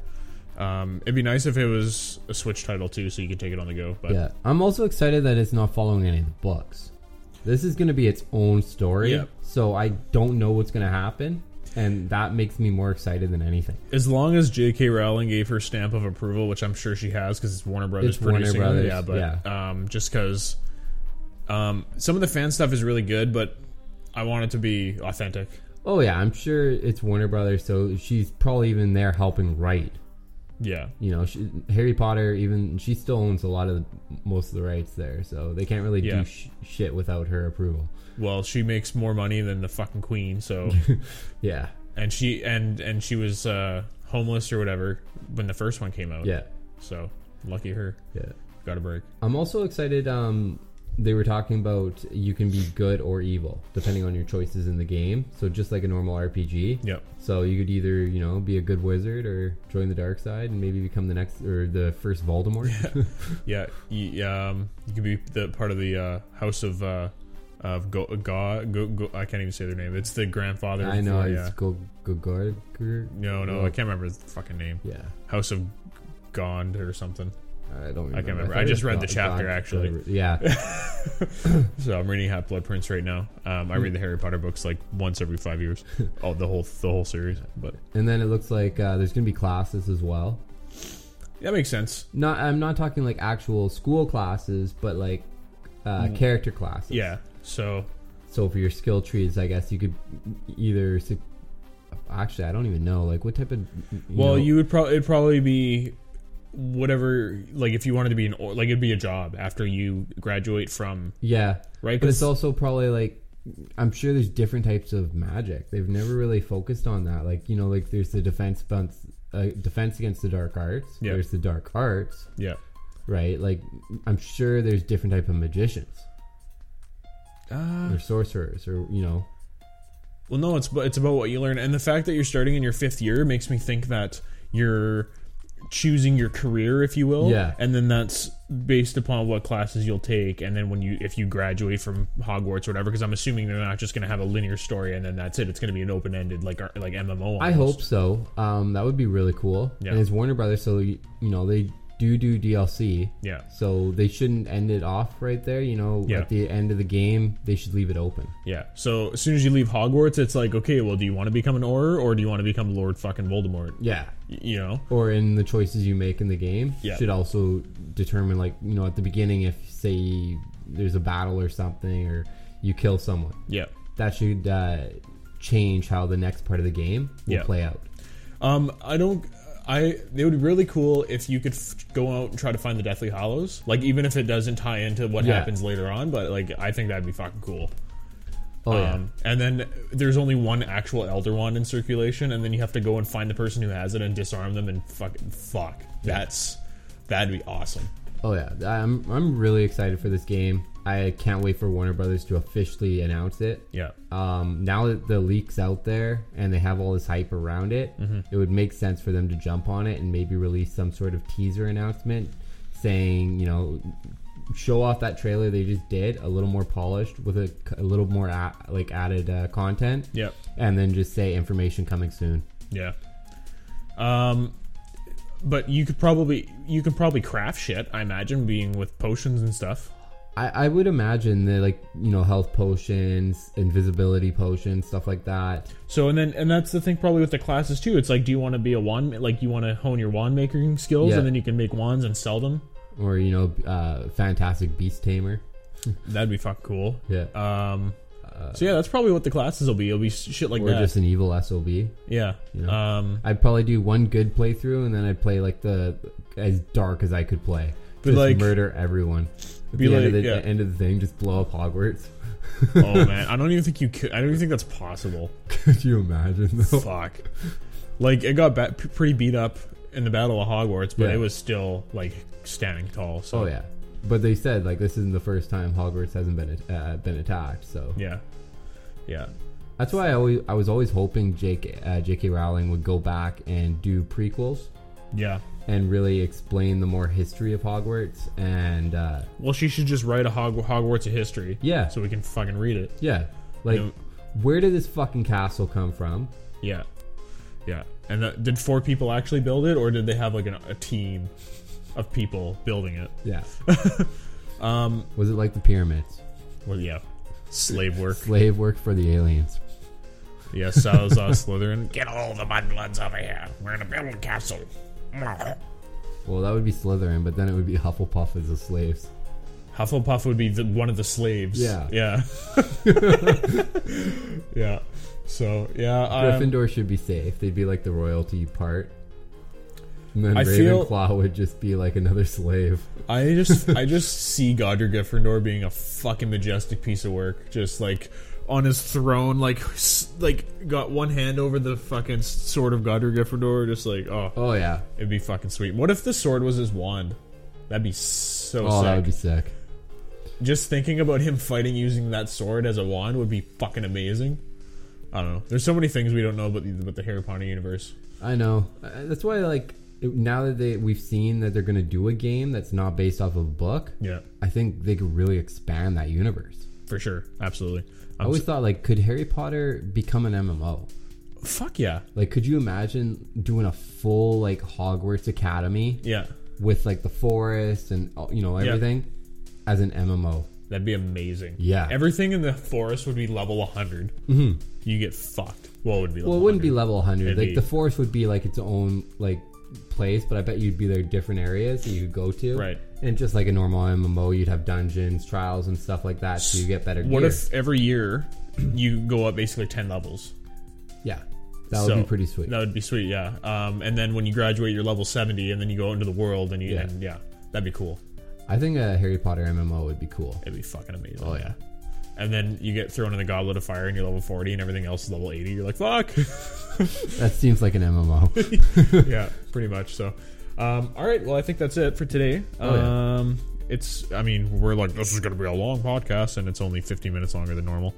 Speaker 3: Um, it'd be nice if it was a Switch title too, so you could take it on the go. But
Speaker 4: Yeah, I'm also excited that it's not following any of the books. This is going to be its own story,
Speaker 3: Yeah.
Speaker 4: so I don't know what's going to happen, and that makes me more excited than anything.
Speaker 3: as long as J.K. Rowling gave her stamp of approval, which I'm sure she has because it's Warner Brothers
Speaker 4: It's Warner
Speaker 3: producing
Speaker 4: Brothers,
Speaker 3: it, yeah. But Um, just because um, some of the fan stuff is really good, but I want it to be authentic.
Speaker 4: Oh yeah, I'm sure it's Warner Brothers, so she's probably even there helping write.
Speaker 3: Yeah,
Speaker 4: You know, she, Harry Potter even she still owns a lot of the, most of the rights there, so they can't really
Speaker 3: Yeah.
Speaker 4: do sh- shit without her approval.
Speaker 3: well, she makes more money than the fucking queen, so.
Speaker 4: Yeah,
Speaker 3: and she and and she was uh homeless or whatever when the first one came out
Speaker 4: yeah,
Speaker 3: so lucky her
Speaker 4: yeah.
Speaker 3: Got a break.
Speaker 4: I'm also excited. Um, they were talking about you can be good or evil depending on your choices in the game. So just like a normal RPG.
Speaker 3: Yep.
Speaker 4: So you could either you know be a good wizard or join the dark side and maybe become the next or the first Voldemort.
Speaker 3: Yeah, you, um, you could be the part of the uh, House of uh, of Go, Go, Go, Go, I can't even say their name. It's the grandfather.
Speaker 4: I know
Speaker 3: for-
Speaker 4: it's
Speaker 3: yeah.
Speaker 4: go go guard.
Speaker 3: No, no, I can't remember his fucking name.
Speaker 4: Yeah,
Speaker 3: House of Gond or something.
Speaker 4: I don't. Remember.
Speaker 3: can't remember.
Speaker 4: thought
Speaker 3: I
Speaker 4: it
Speaker 3: just
Speaker 4: was
Speaker 3: read the chapter, actually.
Speaker 4: God- yeah,
Speaker 3: So I'm reading Hot Blood Prince right now. Um, I read the Harry Potter books like once every five years. oh, the whole the whole series. But
Speaker 4: and then it looks like uh, there's gonna be classes as well.
Speaker 3: that makes sense.
Speaker 4: Not, I'm not talking like actual school classes, but like uh, character classes.
Speaker 3: Mm. Yeah. So
Speaker 4: So for your skill trees, I guess you could either. se- Actually, I don't even know. Like, what type of? You
Speaker 3: Well,
Speaker 4: know-
Speaker 3: you would probably it'd probably be whatever. Like if you wanted to be an or- like it'd be a job after you graduate from.
Speaker 4: Yeah.
Speaker 3: Right,
Speaker 4: But
Speaker 3: 'cause-
Speaker 4: it's also probably like I'm sure there's different types of magic. They've never really focused on that. Like you know, like there's the defense bunts, uh, defense against the dark arts.
Speaker 3: Yeah.
Speaker 4: There's the dark arts,
Speaker 3: Yeah.
Speaker 4: right? Like I'm sure there's different type of magicians or sorcerers or you know.
Speaker 3: Well, no, it's but it's about what you learn, and the fact that you're starting in your fifth year makes me think that you're choosing your career, if you will.
Speaker 4: Yeah.
Speaker 3: And then that's based upon what classes you'll take, and then when you if you graduate from Hogwarts or whatever, because I'm assuming they're not just going to have a linear story and then that's it. It's going to be an open ended like ar- like MMO.
Speaker 4: I
Speaker 3: almost.
Speaker 4: hope so. Um, that would be really cool.
Speaker 3: Yeah.
Speaker 4: And it's Warner Brothers, so you, you know they do do DLC.
Speaker 3: Yeah.
Speaker 4: So they shouldn't end it off right there. You know,
Speaker 3: Yeah.
Speaker 4: at the end of the game, they should leave it open.
Speaker 3: Yeah. So as soon as you leave Hogwarts, it's like, okay, well, do you want to become an Auror or do you want to become Lord fucking Voldemort?
Speaker 4: Yeah.
Speaker 3: Y- You know?
Speaker 4: or in the choices you make in the game
Speaker 3: Yeah.
Speaker 4: should also determine like you know at the beginning if say there's a battle or something or you kill someone
Speaker 3: Yeah.
Speaker 4: that should uh, change how the next part of the game will
Speaker 3: Yeah.
Speaker 4: play out
Speaker 3: Um, I don't. I. It would be really cool if you could f- go out and try to find the Deathly Hollows. Like, even if it doesn't tie into what
Speaker 4: Yeah.
Speaker 3: happens later on, but like, I think that'd be fucking cool.
Speaker 4: oh yeah
Speaker 3: Um, and then there's only one actual Elder Wand in circulation, and then you have to go and find the person who has it and disarm them and fuck. Fuck. That's. That'd be awesome.
Speaker 4: oh yeah I'm, I'm really excited for this game i can't wait for warner brothers to officially announce it
Speaker 3: Yeah.
Speaker 4: um, now that the leaks out there and they have all this hype around it, it would make sense for them to jump on it and maybe release some sort of teaser announcement saying, you know, show off that trailer they just did a little more polished with a, a little more a, like added uh, content.
Speaker 3: Yep.
Speaker 4: And then just say information coming soon.
Speaker 3: Yeah. Um, but you could probably you could probably craft shit. I imagine being with potions and stuff.
Speaker 4: I, I would imagine that like you know health potions, invisibility potions, stuff like that.
Speaker 3: So and then and that's the thing probably with the classes too. It's like, do you want to be a wand? Like you want to hone your wand making skills,
Speaker 4: Yeah.
Speaker 3: and then you can make wands and sell them.
Speaker 4: Or you know, uh, fantastic beast tamer.
Speaker 3: That'd be fucking cool.
Speaker 4: Yeah. Uh,
Speaker 3: Um. so yeah, that's probably what the classes will be. It'll be s- shit like
Speaker 4: or
Speaker 3: that.
Speaker 4: just an evil sob.
Speaker 3: yeah. Um.
Speaker 4: I'd probably do one good playthrough and then I'd play like the as dark as I could play. just
Speaker 3: like-
Speaker 4: murder everyone. At
Speaker 3: Be
Speaker 4: the, end of
Speaker 3: like-
Speaker 4: the
Speaker 3: yeah.
Speaker 4: end of the thing, just blow up Hogwarts.
Speaker 3: oh man, I don't even think you could. I don't even think that's possible.
Speaker 4: could you imagine though?
Speaker 3: Fuck. Like it got ba- p- pretty beat up in the Battle of Hogwarts, but
Speaker 4: Yeah.
Speaker 3: it was still like standing tall. So
Speaker 4: Oh yeah, but they said like this isn't the first time Hogwarts hasn't been at- uh, been attacked. So
Speaker 3: yeah, yeah,
Speaker 4: that's why I always I was always hoping Jake uh, J.K. Rowling would go back and do prequels
Speaker 3: yeah.
Speaker 4: and really explain the more history of Hogwarts and uh,
Speaker 3: Well, she should just write a Hog- Hogwarts of history.
Speaker 4: Yeah.
Speaker 3: so we can fucking read it.
Speaker 4: yeah, like
Speaker 3: No.
Speaker 4: where did this fucking castle come from?
Speaker 3: Yeah, yeah. And uh, did four people actually build it, or did they have like an, a team of people building it?
Speaker 4: Yeah. um, was it like the pyramids?
Speaker 3: Well, yeah, slave work.
Speaker 4: Slave work for the aliens.
Speaker 3: yeah, Salazar Slytherin. Get all the mudbloods over here. We're gonna build a castle.
Speaker 4: Well, that would be Slytherin, but then it would be Hufflepuff as the slaves.
Speaker 3: Hufflepuff would be the, one of the slaves.
Speaker 4: Yeah.
Speaker 3: Yeah. yeah. So yeah, um,
Speaker 4: Gryffindor should be safe. They'd be like the royalty part. And then
Speaker 3: I feel-
Speaker 4: Ravenclaw would just be like another slave.
Speaker 3: um, I just I just see Godric Gryffindor being a fucking majestic piece of work, just like on his throne, like s- like got one hand over the fucking sword of Godric Gryffindor, just like oh,
Speaker 4: Oh yeah,
Speaker 3: it'd be fucking sweet. What if the sword was his wand? That'd be s- so
Speaker 4: Oh, that
Speaker 3: sick.
Speaker 4: would be sick.
Speaker 3: Just thinking about him fighting using that sword as a wand would be fucking amazing. I don't know. There's so many things we don't know about the, about the Harry Potter universe.
Speaker 4: I know. Uh, That's why, like, it- now that they we've seen that they're gonna do a game that's not based off of a book,
Speaker 3: Yeah,
Speaker 4: I think they could really expand that universe.
Speaker 3: for sure, absolutely.
Speaker 4: I
Speaker 3: I'm
Speaker 4: always thought, like, could Harry Potter become an MMO?
Speaker 3: s- fuck yeah,
Speaker 4: Like, could you imagine doing a full like Hogwarts Academy
Speaker 3: yeah.
Speaker 4: with like the forest and uh, you know
Speaker 3: Yeah.
Speaker 4: everything as an MMO?
Speaker 3: That'd be amazing.
Speaker 4: Yeah. Mm-hmm.
Speaker 3: Everything in the forest would be level 100. You get fucked. What would be level
Speaker 4: Well, it wouldn't be
Speaker 3: 100?
Speaker 4: level 100.
Speaker 3: It'd
Speaker 4: Like
Speaker 3: be-
Speaker 4: the forest would be like its own like place, but I bet you'd be there different areas that you could go to.
Speaker 3: Right.
Speaker 4: And just like a normal MMO, you'd have dungeons, trials, and stuff like that, so you get better
Speaker 3: What
Speaker 4: gear.
Speaker 3: if every year you go up basically 10 levels?
Speaker 4: yeah, that would be
Speaker 3: So,
Speaker 4: pretty sweet.
Speaker 3: That would be sweet, yeah. Um, and then when you graduate, you're level 70, and then you go out into the world, and you,
Speaker 4: Yeah.
Speaker 3: yeah, and yeah that'd be cool.
Speaker 4: I think a Harry Potter MMO would be cool.
Speaker 3: It'd be fucking amazing.
Speaker 4: Oh yeah,
Speaker 3: And then you get thrown in the Goblet of Fire, and you're level 40, and everything else is level 80. You're like, fuck.
Speaker 4: that seems like an MMO.
Speaker 3: yeah, pretty much. So, um, all right. Well, I think that's it for today.
Speaker 4: Oh, yeah.
Speaker 3: Um, it's. I mean, we're like this is going to be a long podcast, and it's only 15 minutes longer than normal.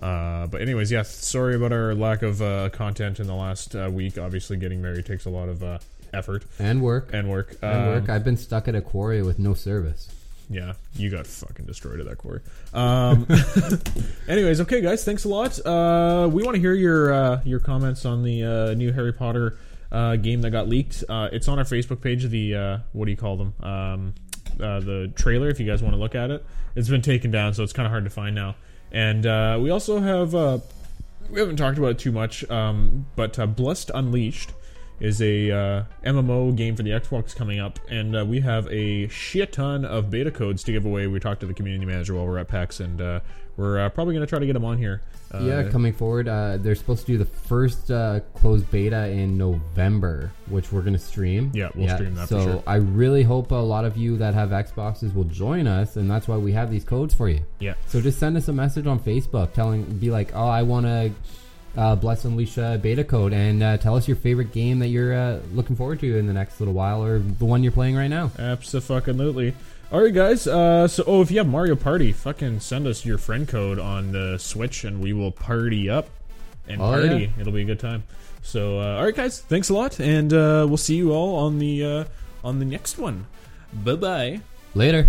Speaker 3: Uh, but anyways, yeah. Sorry about our lack of uh, content in the last uh, week. Obviously, getting married takes a lot of uh, effort
Speaker 4: and work,
Speaker 3: and work.
Speaker 4: and
Speaker 3: Um,
Speaker 4: work. I've been stuck at Aquaria with no service.
Speaker 3: yeah, you got fucking destroyed at that quarry. Um, anyways, okay, guys, thanks a lot. Uh, we want to hear your uh, your comments on the uh, new Harry Potter uh, game that got leaked. Uh, it's on our Facebook page. The uh, what do you call them? Um, uh, the trailer. If you guys want to look at it, it's been taken down, so it's kind of hard to find now. And uh, we also have uh, we haven't talked about it too much, um, but uh, Blessed Unleashed is a uh, MMO game for the Xbox coming up, and uh, we have a shit ton of beta codes to give away. We talked to the community manager while we're at PAX, and uh, we're uh, probably going to try to get them on here. Uh,
Speaker 4: Yeah, coming forward, uh, they're supposed to do the first uh, closed beta in November, which we're going to stream.
Speaker 3: Yeah, we'll stream that
Speaker 4: So
Speaker 3: for sure.
Speaker 4: I really hope a lot of you that have Xboxes will join us, and that's why we have these codes for you.
Speaker 3: Yeah.
Speaker 4: So just send us a message on Facebook, telling, be like, oh, I want to uh, bless Unleasha beta code, and uh, tell us your favorite game that you're uh, looking forward to in the next little while, or the one you're playing right now.
Speaker 3: Absolutely. All right, guys. Uh, so, oh, if you have Mario Party, fucking send us your friend code on the Switch, and we will party up and
Speaker 4: Oh,
Speaker 3: party. It'll be a good time. So, uh, all right, guys. Thanks a lot, and uh, we'll see you all on the uh, on the next one. Bye bye.
Speaker 4: Later.